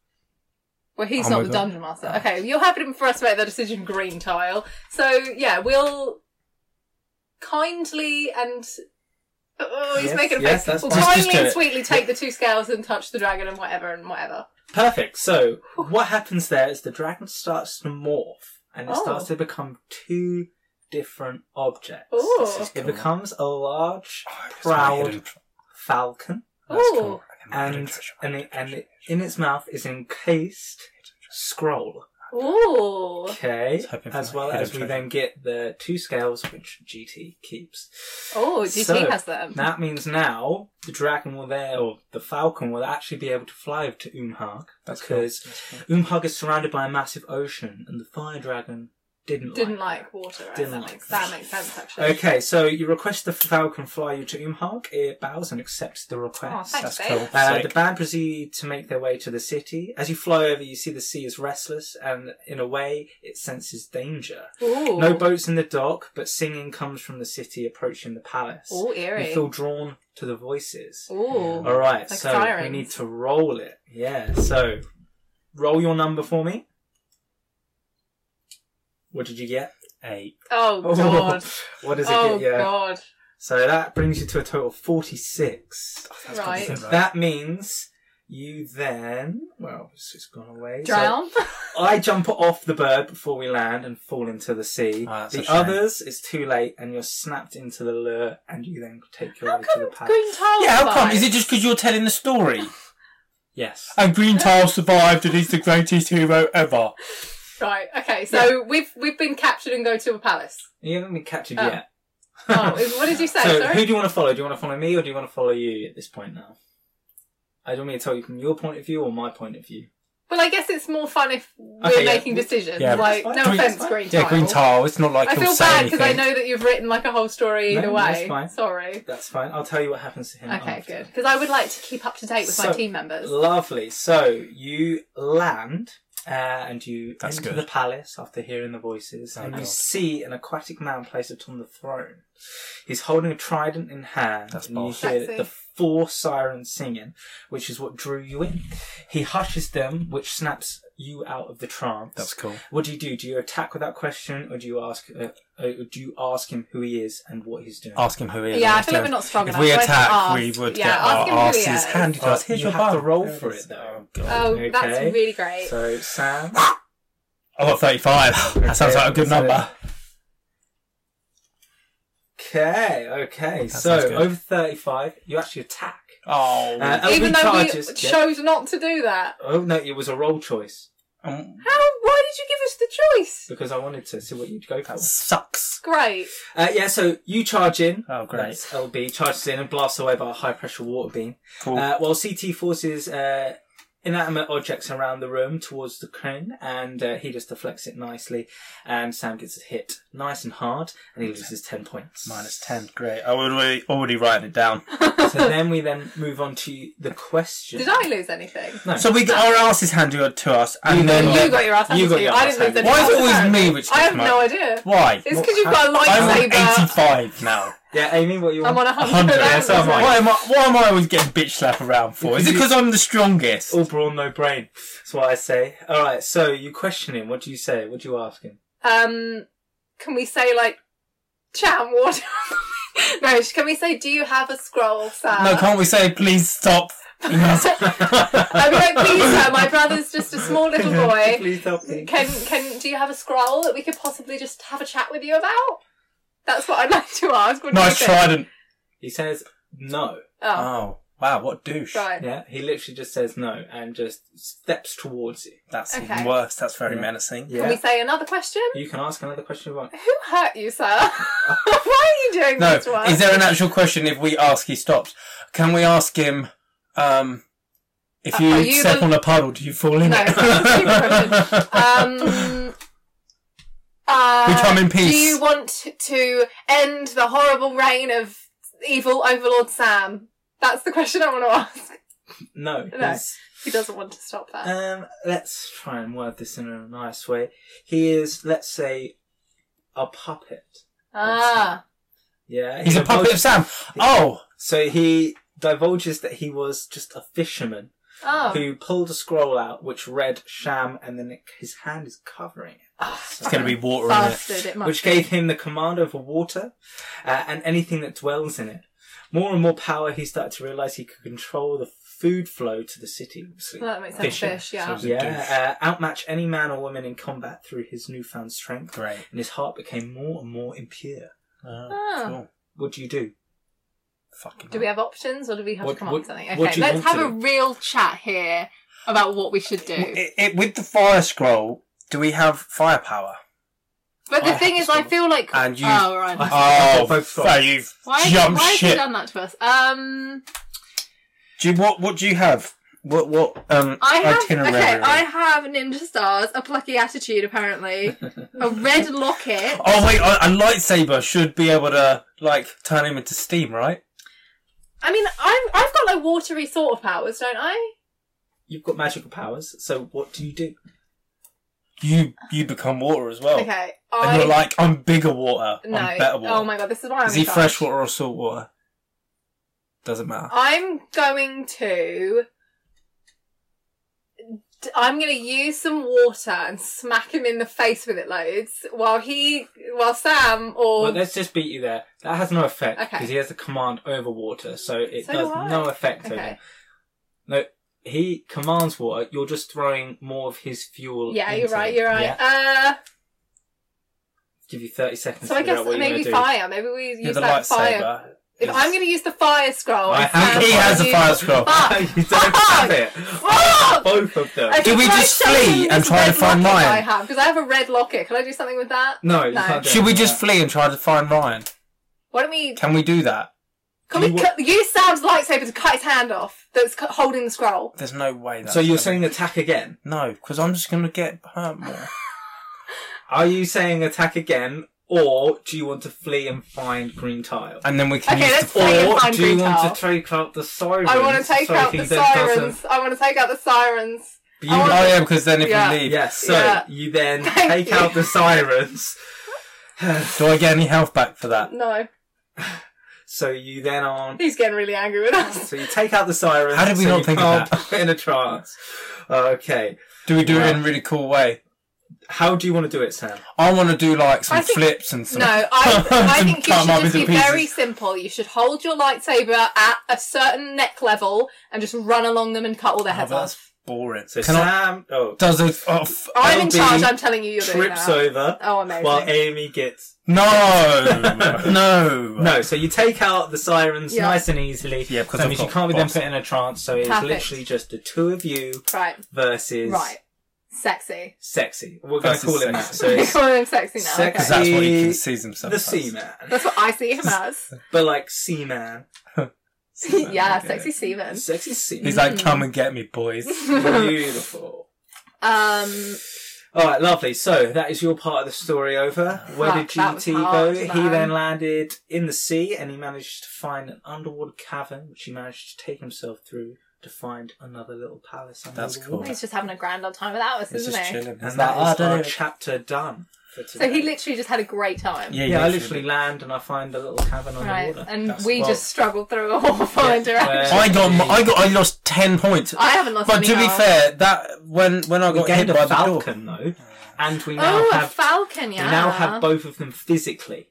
Speaker 2: Well, he's
Speaker 1: Oh
Speaker 2: not
Speaker 1: my
Speaker 2: the
Speaker 1: God.
Speaker 2: dungeon master.
Speaker 3: Ah.
Speaker 2: Okay, you're happy for us to make the decision, green tile. So yeah, we'll kindly and oh, he's
Speaker 3: Yes,
Speaker 2: making a face.
Speaker 3: yes, that's
Speaker 2: We'll
Speaker 3: fine.
Speaker 1: Just-
Speaker 2: kindly
Speaker 1: just do
Speaker 2: and
Speaker 1: it.
Speaker 2: sweetly take the two scales and touch the dragon and whatever and whatever.
Speaker 3: Perfect. So what happens there is the dragon starts to morph, and it
Speaker 2: Oh.
Speaker 3: starts to become two different objects.
Speaker 2: Ooh,
Speaker 1: This is
Speaker 3: It
Speaker 1: cool.
Speaker 3: becomes a large
Speaker 1: Oh, it's
Speaker 3: Proud.
Speaker 1: my hidden tr-
Speaker 3: falcon,
Speaker 1: that's
Speaker 2: Ooh.
Speaker 1: cool. My hidden
Speaker 3: and
Speaker 1: treasure, my
Speaker 3: and
Speaker 1: hidden
Speaker 3: it, and
Speaker 1: treasure.
Speaker 3: it, in its mouth is encased scroll.
Speaker 2: ooh,
Speaker 3: Okay,
Speaker 1: was hoping for
Speaker 3: as
Speaker 1: my
Speaker 3: well
Speaker 1: hidden
Speaker 3: as we
Speaker 1: treasure.
Speaker 3: then get the two scales which GT keeps.
Speaker 2: oh, GT
Speaker 3: So,
Speaker 2: has them.
Speaker 3: That means now the dragon will there or the falcon will actually be able to fly over to Umhag
Speaker 1: That's cool.
Speaker 3: because Umhag is surrounded by a massive ocean, and the fire dragon didn't
Speaker 2: Didn't
Speaker 3: like.
Speaker 2: like water. Right?
Speaker 3: Didn't
Speaker 2: that,
Speaker 3: like
Speaker 2: makes,
Speaker 3: that.
Speaker 2: that makes sense actually.
Speaker 3: Okay, so you request the falcon fly you to Umhag. It bows and accepts the
Speaker 2: Oh,
Speaker 3: request.
Speaker 1: That's
Speaker 2: thanks, babe.
Speaker 1: cool.
Speaker 3: Uh,
Speaker 1: Sick.
Speaker 3: the band proceed to make their way to the city. As you fly over, you see the sea is restless, and in a way, it senses danger.
Speaker 2: Ooh.
Speaker 3: No boats in the dock, but singing comes from the city approaching the palace.
Speaker 2: Ooh, eerie.
Speaker 3: You feel drawn to the voices.
Speaker 2: Ooh.
Speaker 3: All right,
Speaker 2: Like
Speaker 3: so
Speaker 2: sirens.
Speaker 3: we need to roll it. Yeah, so roll your number for me. What did you get?
Speaker 1: Eight.
Speaker 2: Oh god.
Speaker 3: what does it
Speaker 2: Oh
Speaker 3: get? Yeah.
Speaker 2: god.
Speaker 3: So that brings you to a total of 46.
Speaker 1: That's gotta be
Speaker 2: Right.
Speaker 1: good,
Speaker 3: That means you then, well, it's, it's gone away. So
Speaker 2: Drown.
Speaker 3: I jump off the bird before we land and fall into the sea.
Speaker 1: Oh, that's a
Speaker 3: the
Speaker 1: shame.
Speaker 3: others, it's too late and you're snapped into the lure and you then take your
Speaker 2: How
Speaker 3: way to
Speaker 2: come
Speaker 3: the palace.
Speaker 2: green tile?
Speaker 1: Yeah, how come?
Speaker 2: survived?
Speaker 1: Is it just because you're telling the story?
Speaker 3: Yes.
Speaker 1: And Green Tile survived and he's the greatest hero ever.
Speaker 2: Right. Okay. So we've we've been captured and go to a palace.
Speaker 3: You haven't been captured
Speaker 2: Oh.
Speaker 3: yet.
Speaker 2: Oh, is- what did you say?
Speaker 3: so
Speaker 2: Sorry.
Speaker 3: who do you want to follow? Do you want to follow me or do you want to follow you at this point now? I don't mean to tell you from your point of view or my point of view.
Speaker 2: Well, I guess it's more fun if we're
Speaker 3: Okay, yeah.
Speaker 2: making decisions.
Speaker 1: Yeah.
Speaker 2: Like,
Speaker 3: That's
Speaker 2: no
Speaker 3: fine.
Speaker 2: offense,
Speaker 3: That's
Speaker 2: Green Tile.
Speaker 1: Yeah, Green Tile. It's not like
Speaker 2: I
Speaker 1: he'll
Speaker 2: feel
Speaker 1: say
Speaker 2: bad because I
Speaker 1: anything.
Speaker 2: know that you've written like a whole story
Speaker 3: No,
Speaker 2: either
Speaker 3: no,
Speaker 2: way.
Speaker 3: that's fine.
Speaker 2: Sorry.
Speaker 3: That's fine. I'll tell you what happens to him.
Speaker 2: Okay,
Speaker 3: after.
Speaker 2: good. Because I would like to keep up to date with my
Speaker 3: So-
Speaker 2: team members.
Speaker 3: Lovely. So you land uh, and you
Speaker 1: That's
Speaker 3: enter
Speaker 1: good.
Speaker 3: the palace after hearing the voices,
Speaker 1: Oh,
Speaker 3: and you
Speaker 1: God.
Speaker 3: see an aquatic man placed upon the throne. He's holding a trident in hand,
Speaker 1: That's
Speaker 3: and you
Speaker 1: boss.
Speaker 3: hear
Speaker 2: Sexy.
Speaker 3: the four sirens singing, which is what drew you in. He hushes them, which snaps you out of the trance.
Speaker 1: That's cool.
Speaker 3: What do you do? Do you attack without question, or do you ask? Uh, uh, do you ask him who he is and what he's doing?
Speaker 1: Ask him who he is.
Speaker 2: Yeah, I
Speaker 1: Ask
Speaker 2: feel like
Speaker 1: him.
Speaker 2: we're not strong
Speaker 1: If
Speaker 2: enough.
Speaker 1: we
Speaker 2: so I have to
Speaker 1: attack,
Speaker 2: ask.
Speaker 1: we would
Speaker 2: yeah,
Speaker 1: get
Speaker 2: ask
Speaker 1: our
Speaker 2: him who he
Speaker 1: asses
Speaker 2: is.
Speaker 1: handed to us.
Speaker 3: Uh,
Speaker 1: Here's
Speaker 3: you
Speaker 1: your
Speaker 3: have to
Speaker 1: bum.
Speaker 3: roll
Speaker 1: There it
Speaker 3: for
Speaker 1: is.
Speaker 3: it, though.
Speaker 1: God.
Speaker 2: Oh, that's
Speaker 3: Okay.
Speaker 2: really great.
Speaker 3: So Sam.
Speaker 1: I got 35. That sounds like a good
Speaker 3: so-
Speaker 1: number.
Speaker 3: Okay, okay. so
Speaker 1: sounds good.
Speaker 3: over thirty-five, you actually attack.
Speaker 1: Oh.
Speaker 3: Uh,
Speaker 2: Even
Speaker 3: Elven
Speaker 2: though
Speaker 3: charges,
Speaker 2: we
Speaker 3: yeah.
Speaker 2: chose not to do that.
Speaker 3: Oh no, it was a roll choice
Speaker 1: um,
Speaker 2: How? Why did you give us the choice?
Speaker 3: because I wanted to see what you'd go for.
Speaker 1: that sucks.
Speaker 2: Great.
Speaker 3: Uh, yeah, so you charge in.
Speaker 1: Oh, great.
Speaker 3: That's LB charges in and blasts away by a high pressure water beam.
Speaker 1: Cool.
Speaker 3: Uh, while CT forces uh, inanimate objects around the room towards the cone, and uh, he just deflects it nicely. And Sam gets a hit nice and hard, and he loses 10 points.
Speaker 1: Minus 10, great. I would already, already writing it down.
Speaker 3: So then we then move on to the question.
Speaker 2: Did I lose anything?
Speaker 3: No.
Speaker 1: So we got our asses handed to us, and
Speaker 3: You
Speaker 1: then.
Speaker 3: got
Speaker 2: You got your ass handed
Speaker 3: You got
Speaker 2: to you.
Speaker 3: your
Speaker 2: I
Speaker 3: ass
Speaker 2: didn't lose
Speaker 3: handed.
Speaker 2: anything.
Speaker 1: Why is it always
Speaker 2: apparently.
Speaker 1: me which
Speaker 2: I
Speaker 1: gets
Speaker 2: have
Speaker 1: my-
Speaker 2: no idea.
Speaker 1: Why?
Speaker 2: It's because you've got a
Speaker 1: I'm on
Speaker 2: lightsaber.
Speaker 1: 85 now.
Speaker 3: Yeah, Amy, what you
Speaker 2: I'm
Speaker 3: want?
Speaker 2: on a
Speaker 1: 100.
Speaker 2: hundred.
Speaker 3: Yeah, so am I.
Speaker 1: Why am I, why am I always getting bitch slap around for? Is it because I'm the strongest?
Speaker 3: All brawn, no brain. That's what I say. All right, so you question him. What do you say? What do you ask him?
Speaker 2: Um, can we say like, Cham? What? no. Can we say, do you have a scroll, Sam?
Speaker 1: No, can't we say, please stop?
Speaker 2: I'd be like, please, sir. My brother's just a small little boy.
Speaker 3: Please help me.
Speaker 2: Can can do you have a scroll that we could possibly just have a chat with you about? That's what I'd like to ask. What do you
Speaker 1: nice
Speaker 2: think?
Speaker 1: trident.
Speaker 3: He says no.
Speaker 2: Oh,
Speaker 1: Oh, wow, what douche.
Speaker 2: right.
Speaker 3: Yeah, he literally just says no and just steps towards you.
Speaker 1: That's
Speaker 2: Okay.
Speaker 1: even worse. That's very
Speaker 3: Yeah.
Speaker 1: menacing.
Speaker 2: Can we say another question?
Speaker 3: You can ask another question if you want.
Speaker 2: Who hurt you, sir? Why are you doing
Speaker 1: No,
Speaker 2: this to us?
Speaker 1: is there an actual question if we ask he stops? Can we ask him, um, if
Speaker 2: Uh,
Speaker 1: you,
Speaker 2: are you
Speaker 1: step
Speaker 2: the-
Speaker 1: on a puddle, do you fall in
Speaker 2: No,
Speaker 1: it?
Speaker 2: it's a stupid question. Um, uh,
Speaker 1: We come in peace.
Speaker 2: Do you want to end the horrible reign of evil Overlord Sam? That's the question I want to ask.
Speaker 3: No.
Speaker 2: No.
Speaker 3: he's-
Speaker 2: He doesn't want to stop that.
Speaker 3: Um, let's try and word this in a nice way. He is, let's say, a puppet.
Speaker 2: ah,
Speaker 3: Yeah.
Speaker 1: He's
Speaker 3: he
Speaker 1: a puppet of
Speaker 3: divulges-
Speaker 1: Sam. Oh,
Speaker 3: So he divulges that he was just a fisherman
Speaker 2: oh.
Speaker 3: who pulled a scroll out which read Sham and then it, his hand is covering it.
Speaker 1: it's going to be water in it.
Speaker 2: Ah, Bastard, it must
Speaker 3: which
Speaker 2: be.
Speaker 3: gave him the command over water uh, and anything that dwells in it. More and more power, he started to realize he could control the food flow to the city. obviously.
Speaker 2: Well, that makes sense.
Speaker 1: Fishing.
Speaker 2: Fish, yeah.
Speaker 1: So-
Speaker 3: Yeah, uh, outmatch any man or woman in combat through his newfound strength,
Speaker 1: Great.
Speaker 3: and his heart became more and more impure.
Speaker 2: Ah.
Speaker 1: cool.
Speaker 3: What do you do?
Speaker 1: Fucking
Speaker 2: Do we have options, or do we have
Speaker 3: What-
Speaker 2: to come up
Speaker 3: what-
Speaker 2: with something?
Speaker 3: what
Speaker 2: Okay,
Speaker 3: do you
Speaker 2: let's
Speaker 3: want
Speaker 2: have
Speaker 3: to
Speaker 2: a
Speaker 3: do?
Speaker 2: real chat here about what we should do.
Speaker 1: it, it, with the fire scroll, do we have firepower?
Speaker 2: but the
Speaker 3: I
Speaker 2: thing
Speaker 3: have
Speaker 2: is,
Speaker 3: to
Speaker 2: I feel like
Speaker 1: And you-
Speaker 2: oh right,
Speaker 3: I- I've got both
Speaker 1: so
Speaker 3: sides.
Speaker 1: you've
Speaker 2: why,
Speaker 1: jumped
Speaker 2: why has he
Speaker 1: ship.
Speaker 2: done that to us? Um,
Speaker 1: Do you, what? What do you have? What? What? Um,
Speaker 2: I have
Speaker 1: itinerary?
Speaker 2: okay. I have ninja stars, a plucky attitude, apparently, a red locket.
Speaker 1: Oh wait, a, a lightsaber should be able to like turn him into steam, right?
Speaker 2: I mean, I'm I've got like watery sort of powers, don't I?
Speaker 3: You've got magical powers, so what do you do?
Speaker 1: You you become water as well,
Speaker 2: Okay,
Speaker 1: Oh. and
Speaker 2: I
Speaker 1: you're like, I'm bigger water,
Speaker 2: no.
Speaker 1: I'm better water.
Speaker 2: Oh my god, this is why I'm.
Speaker 1: Is he
Speaker 2: in charge.
Speaker 1: fresh water or salt water? Doesn't matter.
Speaker 2: I'm going to. d- I'm going to use some water and smack him in the face with it loads while he, while Sam or
Speaker 3: Well, let's just beat you there. That has no effect
Speaker 2: Okay.
Speaker 3: because he has the command over water, so it
Speaker 2: So do
Speaker 3: does
Speaker 2: I.
Speaker 3: no effect over him.
Speaker 2: okay,
Speaker 3: No, he commands water. You're just throwing more of his fuel.
Speaker 2: yeah, you're
Speaker 3: into
Speaker 2: right,
Speaker 3: him.
Speaker 2: you're right.
Speaker 3: Yeah. Give you thirty
Speaker 2: Uh,
Speaker 3: seconds.
Speaker 2: so
Speaker 3: to
Speaker 2: I
Speaker 3: figure
Speaker 2: guess
Speaker 3: out what
Speaker 2: maybe
Speaker 3: you're gonna
Speaker 2: fire. Maybe we use
Speaker 1: You're the
Speaker 2: that fire.
Speaker 1: lightsaber.
Speaker 2: If I'm going to use the fire scroll,
Speaker 3: I
Speaker 2: and
Speaker 3: have-
Speaker 2: Sam
Speaker 1: He has a
Speaker 2: use-
Speaker 1: fire scroll.
Speaker 2: Uh, Fuck.
Speaker 3: do. you don't have it.
Speaker 2: Fuck!
Speaker 3: Both of them.
Speaker 2: Okay,
Speaker 1: Do we
Speaker 2: can I
Speaker 1: just
Speaker 2: show
Speaker 1: flee
Speaker 2: him
Speaker 1: and
Speaker 2: this
Speaker 1: try to
Speaker 2: red
Speaker 1: find
Speaker 2: locket
Speaker 1: mine?
Speaker 2: I have because I have a red locket. Can I do something with that?
Speaker 3: No, you
Speaker 2: No.
Speaker 3: can't do
Speaker 1: Should we
Speaker 3: it.
Speaker 1: just flee and try to find Ryan?
Speaker 2: Why don't we?
Speaker 1: Can we do that?
Speaker 2: Can
Speaker 3: Do
Speaker 2: we
Speaker 3: you
Speaker 2: cut, use Sam's lightsaber to cut his hand off that's cu- holding the scroll?
Speaker 1: There's no way. That's
Speaker 3: So you're
Speaker 1: gonna-
Speaker 3: saying attack again?
Speaker 1: no? Because I'm just gonna get hurt more.
Speaker 3: Are you saying attack again, or do you want to flee and find green tile?
Speaker 1: and then we can
Speaker 2: Okay,
Speaker 1: use
Speaker 2: let's
Speaker 1: the
Speaker 2: Flee and
Speaker 3: Or
Speaker 2: find
Speaker 3: do you
Speaker 2: green
Speaker 3: want
Speaker 2: tile.
Speaker 3: to take out the sirens?
Speaker 2: I want to take
Speaker 3: so
Speaker 2: out
Speaker 3: he
Speaker 2: the
Speaker 3: then doesn't-
Speaker 2: sirens. I want to take out the sirens.
Speaker 3: But
Speaker 2: I
Speaker 3: you-
Speaker 2: want-
Speaker 1: Oh yeah, because then if
Speaker 2: Yeah.
Speaker 1: we leave,
Speaker 3: Yes, so
Speaker 2: Yeah.
Speaker 3: you then
Speaker 2: Thank
Speaker 3: take
Speaker 2: you.
Speaker 3: out the sirens.
Speaker 1: do I get any health back for that?
Speaker 2: No,
Speaker 3: So you then aren't.
Speaker 2: he's getting really angry with us.
Speaker 3: So you take out the sirens.
Speaker 1: How did we
Speaker 3: so
Speaker 1: not
Speaker 3: you
Speaker 1: think of
Speaker 3: can't
Speaker 1: that?
Speaker 3: put In a trance. Okay.
Speaker 1: Do we do it
Speaker 3: Well-
Speaker 1: in a really cool way?
Speaker 3: How do you want to do it, Sam?
Speaker 1: I want to do like some
Speaker 2: I think-
Speaker 1: flips and some.
Speaker 2: No, I, I
Speaker 1: some
Speaker 2: think you
Speaker 1: cut 'em
Speaker 2: should
Speaker 1: up
Speaker 2: just be
Speaker 1: into
Speaker 2: very
Speaker 1: pieces.
Speaker 2: simple. You should hold your lightsaber at a certain neck level and just run along them and cut all their
Speaker 1: Oh,
Speaker 2: heads
Speaker 1: that's
Speaker 2: off.
Speaker 1: boring.
Speaker 3: So
Speaker 1: can I,
Speaker 3: Sam. Oh,
Speaker 1: does a oh, f-
Speaker 2: I'm in
Speaker 3: LB
Speaker 2: charge. I'm telling you, you're doing
Speaker 3: trips
Speaker 2: that.
Speaker 3: over
Speaker 2: Oh, amazing.
Speaker 3: while Amy gets.
Speaker 1: no no
Speaker 3: No, so you take out the sirens
Speaker 2: Yeah.
Speaker 3: nice and easily.
Speaker 1: Yeah, 'cause
Speaker 3: That
Speaker 1: I've
Speaker 3: means you
Speaker 1: got
Speaker 3: can't be then
Speaker 1: boss.
Speaker 3: put in a trance. So it's
Speaker 2: Perfect.
Speaker 3: literally just the two of you
Speaker 2: Right,
Speaker 3: versus
Speaker 2: right, sexy.
Speaker 3: sexy. We're going to
Speaker 1: Versus
Speaker 3: call it that.
Speaker 1: sexy.
Speaker 3: So
Speaker 2: We're
Speaker 3: it's
Speaker 2: calling him sexy now. okay.
Speaker 1: because
Speaker 3: Sexy.
Speaker 1: that's what he concedes himself.
Speaker 3: the
Speaker 1: as.
Speaker 3: seaman,
Speaker 2: That's what I see him as.
Speaker 3: but like seaman.
Speaker 1: Steven.
Speaker 2: yeah,
Speaker 1: Okay.
Speaker 2: sexy Steven.
Speaker 3: Sexy scene.
Speaker 1: He's like, come and get me, boys.
Speaker 3: Beautiful.
Speaker 2: Um,
Speaker 3: All right, lovely. So that is your part of the story over. Where
Speaker 2: Fuck,
Speaker 3: did
Speaker 2: that was
Speaker 3: GT
Speaker 2: hard,
Speaker 3: go? He
Speaker 2: man.
Speaker 3: then landed in the sea, and he managed to find an underwater cavern, which he managed to take himself through to find another little palace. Under
Speaker 1: That's
Speaker 3: the
Speaker 1: cool.
Speaker 3: water.
Speaker 2: he's just having a grand old time with Alice,
Speaker 1: He's
Speaker 2: isn't
Speaker 1: just
Speaker 2: he?
Speaker 1: chilling. He's
Speaker 3: And
Speaker 1: like, "Oh,
Speaker 3: that is
Speaker 1: don't
Speaker 3: our
Speaker 1: know."
Speaker 3: chapter done for today.
Speaker 2: So he literally just had a great time.
Speaker 1: yeah,
Speaker 3: yeah, I literally land and I find a little cavern
Speaker 2: Right,
Speaker 3: underwater.
Speaker 2: and
Speaker 1: That's
Speaker 2: we
Speaker 1: wild.
Speaker 2: just struggled through a whole fine
Speaker 3: Yeah.
Speaker 2: direction.
Speaker 1: I got, my- I got, I lost ten points.
Speaker 2: I haven't lost
Speaker 1: But
Speaker 2: any
Speaker 1: to be
Speaker 2: health.
Speaker 1: fair, that when when I
Speaker 3: We
Speaker 1: got hit
Speaker 3: gained
Speaker 1: by
Speaker 3: a
Speaker 1: the door,
Speaker 3: falcon though, and we now
Speaker 2: oh, a
Speaker 3: have
Speaker 2: falcon, yeah.
Speaker 3: We now have both of them physically.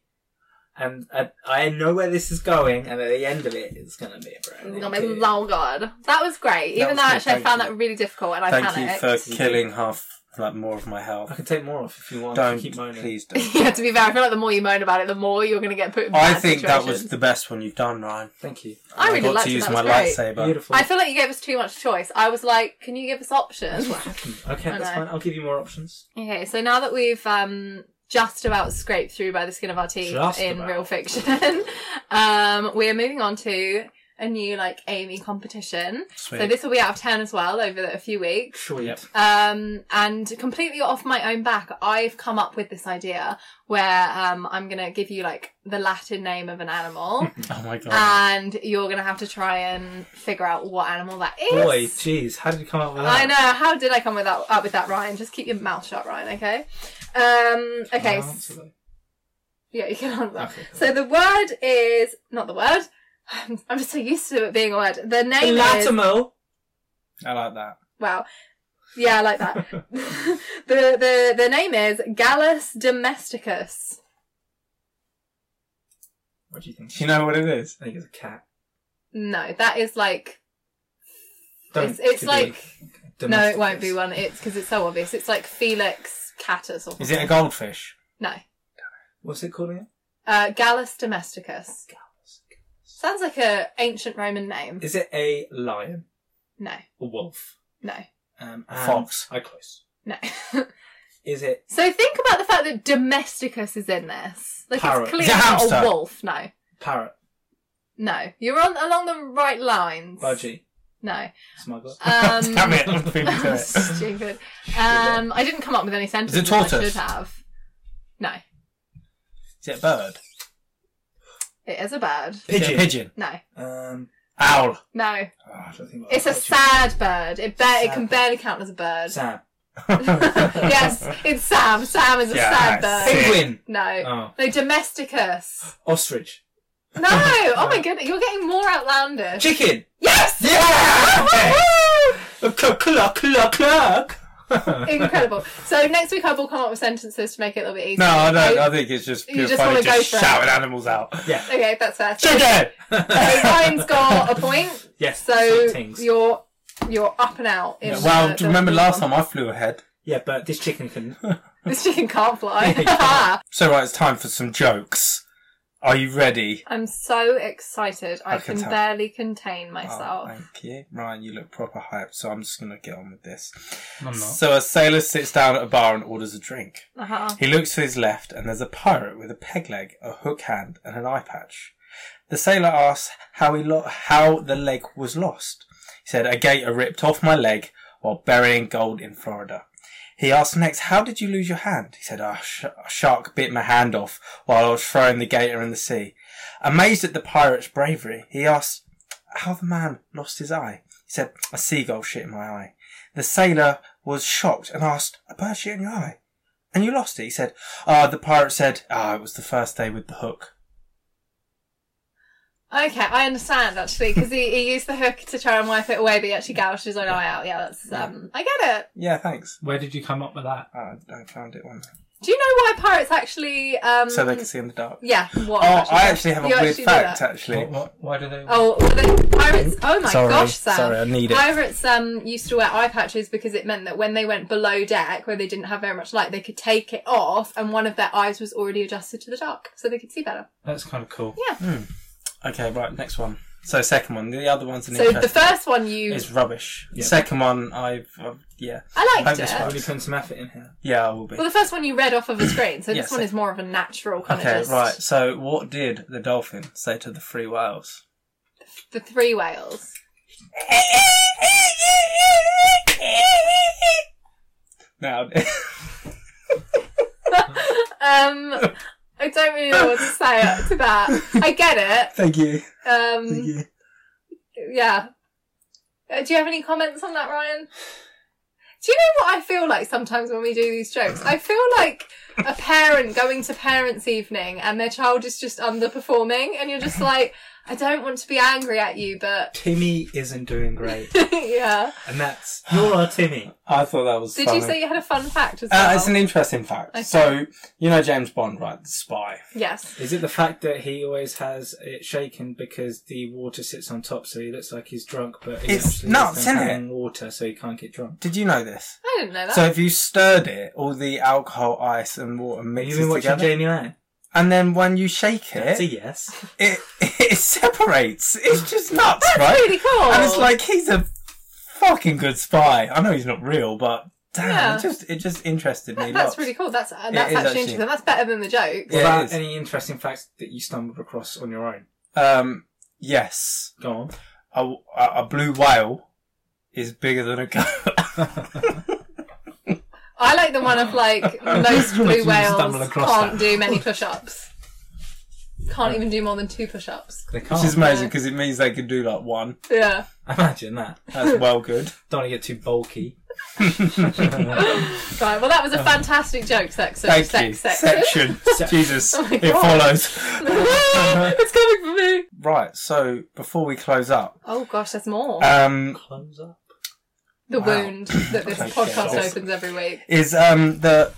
Speaker 3: And uh, I know where this is going, and at the end of it, it's going to be a brand
Speaker 2: It's
Speaker 3: new
Speaker 2: gonna be
Speaker 3: kid.
Speaker 2: long Oh god. That was great. Even
Speaker 1: was
Speaker 2: though
Speaker 1: good,
Speaker 2: actually I
Speaker 1: thank
Speaker 2: found
Speaker 1: you.
Speaker 2: that really difficult and I
Speaker 1: thank
Speaker 2: panicked.
Speaker 1: you for killing half like more of my
Speaker 3: I
Speaker 1: health.
Speaker 3: can take more off if you want.
Speaker 1: Don't
Speaker 3: keep moaning.
Speaker 1: please don't.
Speaker 2: yeah, to be fair, I feel like the more you moan about it, the more you're gonna get put in
Speaker 1: I
Speaker 2: bad
Speaker 1: think that was
Speaker 2: situations.
Speaker 1: the best one you've done, Ryan.
Speaker 3: Thank you.
Speaker 2: I really
Speaker 1: got
Speaker 2: liked
Speaker 1: to
Speaker 2: it,
Speaker 1: use
Speaker 2: that
Speaker 1: my
Speaker 2: was great.
Speaker 1: lightsaber.
Speaker 3: Beautiful.
Speaker 2: I feel like you gave us too much choice. I was like, can you give us options?
Speaker 3: That's what happened. Okay,
Speaker 2: I
Speaker 3: that's
Speaker 2: know.
Speaker 3: fine. I'll give you more options.
Speaker 2: okay, so now that we've um just about scraped through by the skin of our teeth
Speaker 3: Just
Speaker 2: in
Speaker 3: about.
Speaker 2: real fiction, um, we're moving on to a new like Amy competition.
Speaker 1: Sweet.
Speaker 2: So this will be out of ten as well over a few weeks.
Speaker 3: Sure.
Speaker 1: Yep.
Speaker 2: Um, and completely off my own back, I've come up with this idea where um, I'm gonna give you like the Latin name of an animal,
Speaker 1: oh my god.
Speaker 2: and you're gonna have to try and figure out what animal that is.
Speaker 3: Boy, jeez, how did you come up with that?
Speaker 2: I know. How did I come with that, up with that, Ryan? Just keep your mouth shut, Ryan. Okay. Um,
Speaker 3: Can I
Speaker 2: okay. s-
Speaker 3: answer that?
Speaker 2: Yeah, you can answer.
Speaker 3: Okay, cool.
Speaker 2: So the word is not the word. I'm just so used to it being a word. The name is
Speaker 3: Latimer.
Speaker 1: I like that.
Speaker 2: Wow. Yeah, I like that. the the the name is Gallus domesticus.
Speaker 3: What do you think?
Speaker 1: Do you know what it is?
Speaker 3: I think it's a cat.
Speaker 2: No, that is like
Speaker 3: Don't
Speaker 2: It's- it's
Speaker 3: do
Speaker 2: like-
Speaker 3: it.
Speaker 2: no, it won't be one. It's because it's so obvious. It's like Felix catus or
Speaker 1: Is it a goldfish?
Speaker 2: no
Speaker 3: What's it called again?
Speaker 2: uh, Gallus domesticus. Sounds like a ancient Roman name.
Speaker 3: Is it a lion?
Speaker 2: No,
Speaker 3: A wolf?
Speaker 2: no,
Speaker 3: Um,
Speaker 1: A fox.
Speaker 3: I close.
Speaker 2: no.
Speaker 3: Is it
Speaker 2: so think about the fact that domesticus is in this. Like
Speaker 3: Parrot.
Speaker 2: it's clearly
Speaker 1: Is it a
Speaker 2: not
Speaker 1: hamster?
Speaker 2: a wolf. No,
Speaker 3: parrot?
Speaker 2: no. You're on along the right lines.
Speaker 3: Budgie.
Speaker 2: No.
Speaker 3: Smuggler.
Speaker 2: Um,
Speaker 1: Damn it! I'm feeling
Speaker 2: I'm
Speaker 1: to it.
Speaker 2: stupid. Um, I didn't come up with any sentences. I
Speaker 1: tortoise?
Speaker 2: should have. No,
Speaker 1: Is it a bird?
Speaker 2: it is a bird.
Speaker 1: Is it a
Speaker 3: Pigeon.
Speaker 1: pigeon.
Speaker 2: No,
Speaker 3: Um,
Speaker 1: Owl.
Speaker 2: no.
Speaker 3: oh, I don't think
Speaker 2: It's a sad bird. It ba- it can barely count as a bird.
Speaker 3: Sam.
Speaker 2: yes, it's Sam. Sam is a
Speaker 1: Yeah, Um,
Speaker 2: sad
Speaker 1: I
Speaker 2: bird.
Speaker 1: see.
Speaker 3: Penguin.
Speaker 2: No,
Speaker 3: Oh,
Speaker 2: no. Domesticus.
Speaker 3: ostrich.
Speaker 2: No. Oh my goodness, you're getting more outlandish.
Speaker 3: Chicken.
Speaker 2: Yes.
Speaker 3: Yeah. Cluck cluck cluck cluck.
Speaker 2: Incredible. So next week I will come up with sentences to make it a little bit easier.
Speaker 1: No, I don't. I think it's just
Speaker 2: You
Speaker 1: pure
Speaker 2: just
Speaker 1: funny
Speaker 2: wanna go
Speaker 1: just
Speaker 2: for it.
Speaker 1: shouting animals out.
Speaker 3: Yeah.
Speaker 2: Okay, that's fair. So-
Speaker 1: Chicken.
Speaker 2: So Ryan's got a point.
Speaker 3: Yes.
Speaker 2: So
Speaker 3: things.
Speaker 2: you're you're up and out. in
Speaker 1: Well,
Speaker 2: the-
Speaker 1: do you remember
Speaker 2: the-
Speaker 1: last time I flew ahead?
Speaker 3: Yeah, but this chicken can.
Speaker 2: This chicken can't
Speaker 3: It
Speaker 2: fly.
Speaker 3: can't.
Speaker 1: So right, it's time for some jokes. Are you ready?
Speaker 2: I'm so excited. I,
Speaker 1: I can
Speaker 2: can,
Speaker 1: tell.
Speaker 2: barely contain
Speaker 1: Oh,
Speaker 2: myself.
Speaker 1: thank you, Ryan. You look proper hype, so I'm just gonna get on with this.
Speaker 3: I'm
Speaker 1: So a sailor sits down at a bar and orders a drink.
Speaker 2: uh-huh.
Speaker 1: He looks to his left, and there's a pirate with a peg leg, a hook hand, and an eye patch. The sailor asks how he lo- how the leg was lost. He said, "A gator ripped off my leg while burying gold in Florida." He asked next, "How did you lose your hand?" He said, "A sh- a shark bit my hand off while I was throwing the gator in the sea." Amazed at the pirate's bravery, he asked how the man lost his eye. He said, "A seagull shit in my eye." The sailor was shocked and asked, "A bird shit in your eye?" And you lost it. He said, Ah, the pirate said, Ah, it was the first day with the hook.
Speaker 2: Okay, I understand actually because he, he used the hook to try and wipe it away, but he actually gouged his own eye out. Yeah, that's um, I get it.
Speaker 1: Yeah, thanks.
Speaker 3: Where did you come up with that?
Speaker 1: Ah, I found it one day.
Speaker 2: Do you know why pirates actually? Um,
Speaker 1: So they can see in the dark.
Speaker 2: Yeah. What?
Speaker 1: Oh, I actually have a
Speaker 2: You
Speaker 1: weird
Speaker 2: actually do
Speaker 1: fact,
Speaker 2: that?
Speaker 1: actually.
Speaker 3: why do they?
Speaker 2: Oh, the pirates! Oh my
Speaker 1: sorry,
Speaker 2: gosh, Sam!
Speaker 1: sorry, I need it.
Speaker 2: Pirates um used to wear eye patches because it meant that when they went below deck, where they didn't have very much light, they could take it off, and one of their eyes was already adjusted to the dark, so they could see better.
Speaker 3: That's kind of cool.
Speaker 1: Hmm, Okay, right, next one. So, second one. The other one's an
Speaker 2: So the
Speaker 1: interesting
Speaker 2: first one you,
Speaker 1: is rubbish.
Speaker 3: Yeah.
Speaker 1: Second one, I've. Uh, yeah.
Speaker 2: I
Speaker 1: hope
Speaker 2: liked
Speaker 1: this
Speaker 2: it.
Speaker 1: works.
Speaker 3: Really putting some effort in here.
Speaker 1: Yeah, I will be.
Speaker 2: Well, the first one you read off of a screen, so
Speaker 1: Yes.
Speaker 2: this one is more of a natural kind
Speaker 1: Okay,
Speaker 2: of just
Speaker 1: right. So, what did the dolphin say to the three whales?
Speaker 2: The three whales.
Speaker 1: Now,
Speaker 2: Um, I don't really know what to say to that. I get it.
Speaker 1: thank you, thank
Speaker 2: Um,
Speaker 1: you.
Speaker 2: yeah. Uh, do you have any comments on that, Ryan? Do you know what I feel like sometimes when we do these jokes? I feel like a parent going to parents' evening and their child is just underperforming, and you're just like, I don't want to be angry at you, but
Speaker 3: Timmy isn't doing great,
Speaker 2: yeah.
Speaker 3: and that's you're our Timmy.
Speaker 1: I thought that was.
Speaker 2: Did
Speaker 1: funny.
Speaker 2: you say you had a fun fact as well?
Speaker 1: Uh, it's an interesting fact.
Speaker 2: Okay.
Speaker 1: So you know James Bond, right? The spy.
Speaker 2: yes.
Speaker 3: Is it the fact that he always has it shaken because the water sits on top, so he looks like he's drunk, but he
Speaker 1: It's
Speaker 3: actually
Speaker 1: nuts, isn't
Speaker 3: isn't
Speaker 1: it?
Speaker 3: having water, so he can't get drunk.
Speaker 1: Did you know this?
Speaker 2: I didn't know that.
Speaker 1: So if you stirred it, all the alcohol, ice, and water
Speaker 3: You've
Speaker 1: mixes
Speaker 3: been watching
Speaker 1: together,
Speaker 3: Janie Lang.
Speaker 1: and then when you shake
Speaker 3: That's a
Speaker 1: it,
Speaker 3: yes.
Speaker 1: it it separates. It's just nuts,
Speaker 2: That's
Speaker 1: right?
Speaker 2: really cool.
Speaker 1: And it's like he's a fucking good spy. I know he's not real, but damn,
Speaker 2: Yeah.
Speaker 1: it just it just interested me.
Speaker 2: That- that's
Speaker 1: lots.
Speaker 2: really cool. That's uh,
Speaker 1: It
Speaker 2: that's
Speaker 1: is
Speaker 2: actually
Speaker 1: actually.
Speaker 2: interesting. That's better than the joke.
Speaker 1: Yeah,
Speaker 3: What
Speaker 1: it
Speaker 3: about
Speaker 1: is.
Speaker 3: any interesting facts that you stumbled across on your own?
Speaker 1: Um, yes,
Speaker 3: Go on.
Speaker 1: a, a a blue whale is bigger than a goat.
Speaker 2: I like the one of like most blue
Speaker 3: You
Speaker 2: whales
Speaker 3: stumble across
Speaker 2: can't
Speaker 3: that.
Speaker 2: do many push-ups. Can't even do more than two push-ups.
Speaker 3: They can't.
Speaker 1: Which is amazing because it means they could do like one.
Speaker 2: Yeah.
Speaker 3: Imagine that.
Speaker 1: That's well good.
Speaker 3: Don't want to get too bulky.
Speaker 2: Right. Well, that was a fantastic joke section.
Speaker 1: Um, Thank
Speaker 2: sec-
Speaker 1: you.
Speaker 2: section.
Speaker 1: Section. Jesus,
Speaker 2: Oh my
Speaker 1: it
Speaker 2: God.
Speaker 1: follows.
Speaker 2: it's coming for me.
Speaker 1: right. So before we close up,
Speaker 2: Oh gosh, there's more.
Speaker 1: um,
Speaker 3: Close up.
Speaker 2: the
Speaker 1: wow.
Speaker 2: wound that this
Speaker 1: Okay,
Speaker 2: podcast
Speaker 1: sure.
Speaker 2: opens every week.
Speaker 1: is um the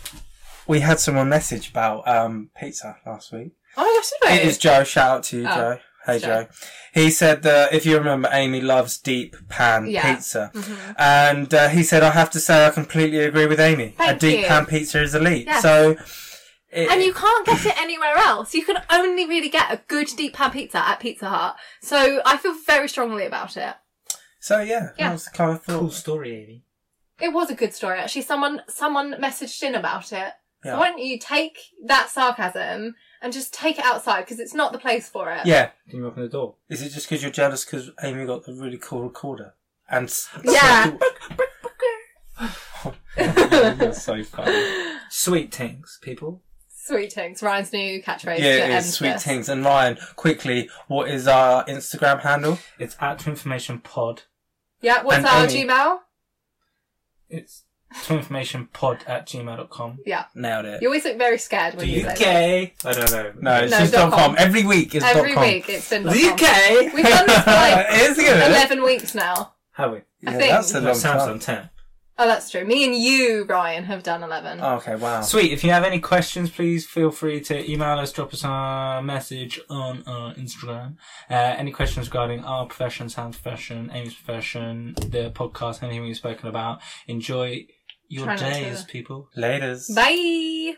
Speaker 1: we had someone message about um pizza last week.
Speaker 2: Oh my gosh, did I?
Speaker 1: It is Joe. Shout out to you,
Speaker 2: Oh,
Speaker 1: Joe. Hey,
Speaker 2: it's Joe.
Speaker 1: Joe. He said that if you remember, Amy loves deep pan
Speaker 2: Yeah. Mm-hmm.
Speaker 1: pizza, and uh, he said I have to say I completely agree with Amy. a
Speaker 2: Thank
Speaker 1: deep
Speaker 2: you.
Speaker 1: pan pizza is elite.
Speaker 2: Yes.
Speaker 1: So. It,
Speaker 2: And you can't get it anywhere else. You can only really get a good deep pan pizza at Pizza Hut. So I feel very strongly about it.
Speaker 1: so yeah,
Speaker 2: Yeah.
Speaker 1: that was kind of
Speaker 3: Cool
Speaker 1: thought.
Speaker 3: story, Amy.
Speaker 2: It was a good story actually. Someone someone messaged in about it.
Speaker 1: Yeah.
Speaker 2: Why don't you take that sarcasm and just take it outside because it's not the place for it.
Speaker 1: Yeah,
Speaker 3: Can you open the door?
Speaker 1: Is it just because you're jealous because Amy got the really cool recorder? And s-
Speaker 2: Yeah.
Speaker 1: You're so funny.
Speaker 3: Sweet things, people.
Speaker 2: Sweet Tinks, Ryan's new catchphrase. to
Speaker 1: Yeah, it
Speaker 2: end
Speaker 1: is sweet
Speaker 2: this.
Speaker 1: things. And Ryan, quickly, what is our Instagram handle?
Speaker 3: It's at to information pod.
Speaker 2: Yeah, what's
Speaker 1: And
Speaker 2: our
Speaker 1: Amy.
Speaker 2: Gmail?
Speaker 3: It's to information pod at gmail.com.
Speaker 2: Yeah.
Speaker 1: Nailed it.
Speaker 2: You always look very scared when you, say that.
Speaker 3: UK. I don't know.
Speaker 1: No, it's
Speaker 2: No,
Speaker 1: just
Speaker 2: dot
Speaker 1: dot
Speaker 2: com.
Speaker 1: com. Every week is
Speaker 2: Every
Speaker 1: dot com.
Speaker 2: week it's been dot
Speaker 3: The
Speaker 2: com.
Speaker 3: UK.
Speaker 2: We've done this for like
Speaker 1: It is good.
Speaker 2: 11 weeks now.
Speaker 3: Have we?
Speaker 1: Yeah,
Speaker 2: think.
Speaker 1: that's a
Speaker 3: No,
Speaker 1: long
Speaker 3: Sam's
Speaker 1: time.
Speaker 3: on ten.
Speaker 2: Oh, that's true. Me and you, Ryan, have done 11.
Speaker 1: Oh, okay, wow.
Speaker 3: Sweet. If you have any questions, please feel free to email us, drop us a message on our Instagram. Uh, any questions regarding our profession, Sam's profession, Amy's profession, the podcast, anything we've spoken about. Enjoy your
Speaker 2: Try not to.
Speaker 3: days, people.
Speaker 1: Laters.
Speaker 2: Bye.